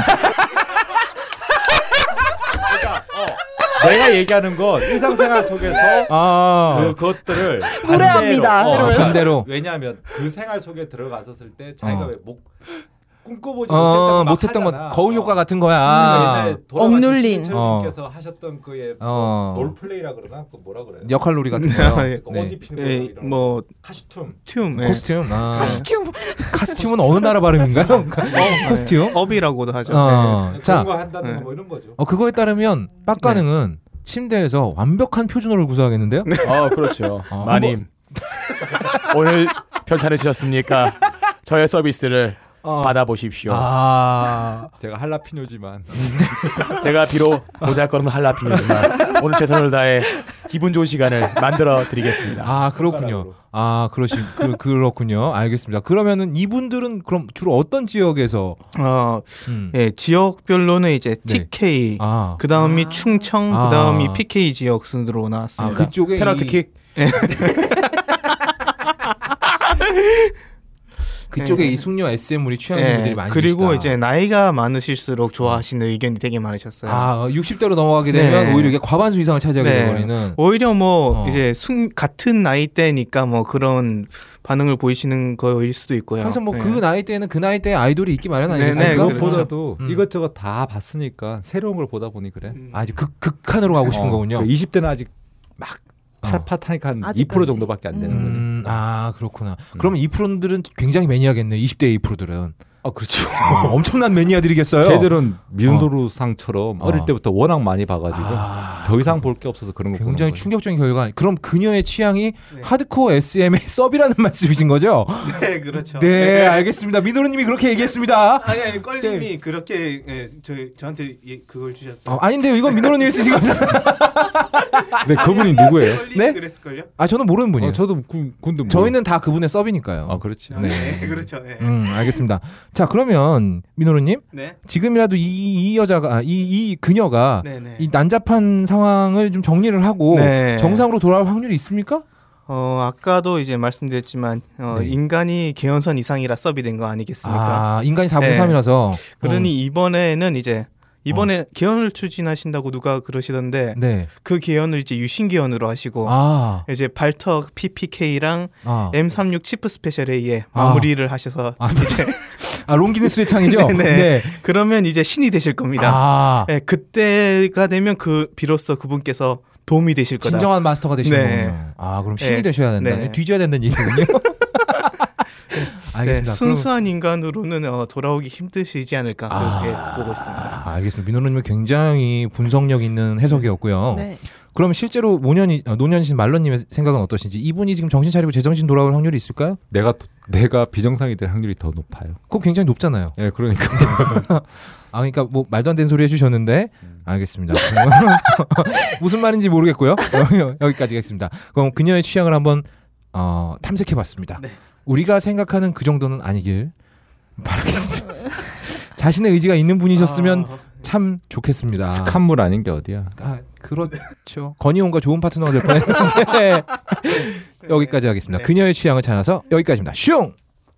Speaker 3: 내가 얘기하는 건 일상생활 속에서
Speaker 1: 아.
Speaker 3: 그, 그것들을
Speaker 5: 무례합니다.
Speaker 3: 그 반대로, 어,
Speaker 5: 이러면서.
Speaker 1: 반대로.
Speaker 3: 왜냐하면 그 생활 속에 들어갔었을 때 자기가
Speaker 1: 어.
Speaker 3: 왜못 꿈꿔보지
Speaker 1: 어,
Speaker 3: 못했던
Speaker 1: 못했던
Speaker 3: 거막 네, 그러니까
Speaker 1: 것 거울 효과 같은 거야.
Speaker 3: 옛날에 돌아가신
Speaker 5: 억눌린.
Speaker 3: 신철님께서 하셨던 그의
Speaker 1: 어.
Speaker 3: 뭐 놀플레이라 그러나 그 뭐라 그래요? 그
Speaker 1: 역할놀이 같은
Speaker 6: 예.
Speaker 1: 거요.
Speaker 6: 예,
Speaker 1: 네.
Speaker 6: 예, 뭐 예.
Speaker 3: 카스튬,
Speaker 6: 튜
Speaker 1: 코스튬? 아. 카스튬. 카스튬은 어느 나라 발음인가요? 코스튬?
Speaker 6: 업이라고도 하죠.
Speaker 1: 어,
Speaker 6: 네.
Speaker 1: 자,
Speaker 6: 그런 거 한다는 거뭐 이런 거죠.
Speaker 1: 어, 그거에 따르면 빡가능은 침대에서 완벽한 표준어를 구사하겠는데요?
Speaker 4: 네.
Speaker 2: 어, 그렇죠.
Speaker 1: 어,
Speaker 2: 마님 오늘 편찮으셨습니까? 저의 서비스를 받아보십시오.
Speaker 1: 아,
Speaker 3: 제가 할라피뇨지만
Speaker 2: 제가 비록 모자걸음을 할라피니지만 오늘 최선을 다해 기분 좋은 시간을 만들어 드리겠습니다.
Speaker 1: 아 그렇군요. 아 그러시 그 그렇군요. 알겠습니다. 그러면은 이분들은 그럼 주로 어떤 지역에서
Speaker 6: 어,
Speaker 1: 음.
Speaker 6: 예, 지역별로는 이제 TK,
Speaker 1: 아.
Speaker 6: 그 다음이 충청,
Speaker 1: 아.
Speaker 6: 그 다음이 PK 지역 순으로 나왔습니다.
Speaker 1: 아, 그쪽에 페널티킥?
Speaker 6: 예.
Speaker 1: 그쪽에
Speaker 6: 예.
Speaker 1: 이 숙녀 SM물이 취하는
Speaker 6: 예,
Speaker 1: 분들이 많이
Speaker 6: 그리고
Speaker 1: 계시다.
Speaker 6: 이제 나이가 많으실수록 좋아하시는 의견이 되게 많으셨어요.
Speaker 1: 아 60대로 넘어가게 되면
Speaker 6: 네.
Speaker 1: 오히려 이게 과반수 이상을 차지하게
Speaker 6: 네.
Speaker 1: 되버리는
Speaker 6: 오히려 뭐
Speaker 1: 어.
Speaker 6: 이제 순, 같은 나이대니까 뭐 그런 반응을 보이시는 거일 수도 있고요.
Speaker 1: 항상 뭐
Speaker 6: 예.
Speaker 1: 그 나이 때는 그 나이 때 아이돌이 있기 마련
Speaker 6: 네네, 그렇죠.
Speaker 1: 아니겠습니까?
Speaker 3: 그것보다도
Speaker 1: 음.
Speaker 3: 이것저것 다 봤으니까 새로운 걸 보다 보니 그래.
Speaker 6: 음.
Speaker 3: 어. 그러니까
Speaker 1: 아 이제 극 극한으로 가고
Speaker 6: 어.
Speaker 1: 싶은 거군요.
Speaker 6: 그
Speaker 1: 어.
Speaker 3: 20대는 아직 막 팟팟하니까 한 2% 정도밖에 안 되는 거죠. 음.
Speaker 1: 음, 아 그렇구나. 그러면 이 프로들은 굉장히 매니아겠네. 20대 이 프로들은. 뭐
Speaker 3: 아 그렇죠.
Speaker 1: 엄청난 매니아들이겠어요.
Speaker 3: 걔들은 미운도루상처럼
Speaker 1: 어. 아.
Speaker 3: 어. 릴 때부터 워낙 많이 봐가지고 더 이상 볼 게 없어서 그런 거 보는
Speaker 1: 굉장히
Speaker 3: 거예요.
Speaker 1: 충격적인 결과. 그럼 그녀의 취향이 하드코어 SM의 서비라는 말씀이신 거죠?
Speaker 6: 네, 네. 그렇죠.
Speaker 1: 네, 알겠습니다. 민호루님이 그렇게 얘기했습니다.
Speaker 6: 아니 아니 껄님이 그렇게 예, 저 저한테 예, 그걸 주셨어요.
Speaker 1: 어, 아닌데요, 이건 민호루님이 쓰신 거잖아요.
Speaker 3: 네, 그분이 누구예요?
Speaker 1: 네?
Speaker 6: 그랬을걸요?
Speaker 1: 아, 저는 모르는 분이에요.
Speaker 3: 저도 그, 근데
Speaker 1: 저희는 다 그분의 서비니까요.
Speaker 3: 아, 그렇지.
Speaker 6: 네, 그렇죠. 예.
Speaker 1: 음, 알겠습니다. 자, 그러면 민호루님,
Speaker 6: 네.
Speaker 1: 지금이라도 이, 이 여자가 아, 이, 이 그녀가
Speaker 6: 네, 네.
Speaker 1: 이 난잡한 상황을 좀 정리를 하고
Speaker 6: 네.
Speaker 1: 정상으로 돌아올 확률이 있습니까?
Speaker 6: 어 아까도 이제 말씀드렸지만 어, 인간이 개연선 이상이라 섭이 된 거 아니겠습니까?
Speaker 1: 네. 아, 음. 인간이 4분의 3이라서.
Speaker 6: 네. 그러니 이번에는 이제 이번에
Speaker 1: 어.
Speaker 6: 개연을 추진하신다고 누가 그러시던데
Speaker 1: 네.
Speaker 6: 그 개연을 이제 유신 개연으로 하시고
Speaker 1: 아.
Speaker 6: 이제 발터 PPK랑
Speaker 1: 아.
Speaker 6: M36 치프 스페셜에 의해 마무리를 하셔서 이제
Speaker 1: 아, 롱기네스의 창이죠?
Speaker 6: 네네.
Speaker 1: 네.
Speaker 6: 그러면 이제 신이 되실 겁니다.
Speaker 1: 아.
Speaker 6: 네, 그때가 되면 그 비로소 그분께서 도움이 되실 거다.
Speaker 1: 진정한 마스터가 되시는
Speaker 6: 네.
Speaker 1: 거군요. 아 그럼 신이
Speaker 6: 네.
Speaker 1: 되셔야 된다.
Speaker 6: 네.
Speaker 1: 뒤져야 된다는 얘기군요. 알겠습니다.
Speaker 6: 네, 순수한 인간으로는 어, 돌아오기 힘드시지 않을까 그렇게 보고 있습니다.
Speaker 1: 그럼, 아, 알겠습니다. 민호님은 굉장히 분석력 있는
Speaker 3: 어.
Speaker 1: 해석이었고요.
Speaker 6: 네.
Speaker 1: 그럼 실제로 노년이 어, 노년이신 말러님의 생각은 어떠신지 이분이 지금 정신 차리고 제정신 돌아올 확률이 있을까요?
Speaker 3: 내가 도- 내가 비정상이 될 확률이 더 높아요.
Speaker 1: 그거 굉장히 높잖아요.
Speaker 3: 예, 그러니까.
Speaker 1: 아, 그러니까 뭐 말도 안 되는 소리 해주셨는데
Speaker 3: 음.
Speaker 1: 알겠습니다. 무슨 말인지 모르겠고요. 여기까지 하겠습니다. 그럼 그녀의 취향을 한번 어, 탐색해봤습니다. 우리가 생각하는 그 정도는 아니길 바라겠습니다. 자신의 의지가 있는 분이셨으면 참 좋겠습니다.
Speaker 3: 스칸물 아닌 게 어디야?
Speaker 1: 아, 그렇죠. 건희원과 좋은 네. 파트너가 될 뻔했는데 여기까지 하겠습니다. 그녀의 취향을 찾아서 여기까지입니다. 슝!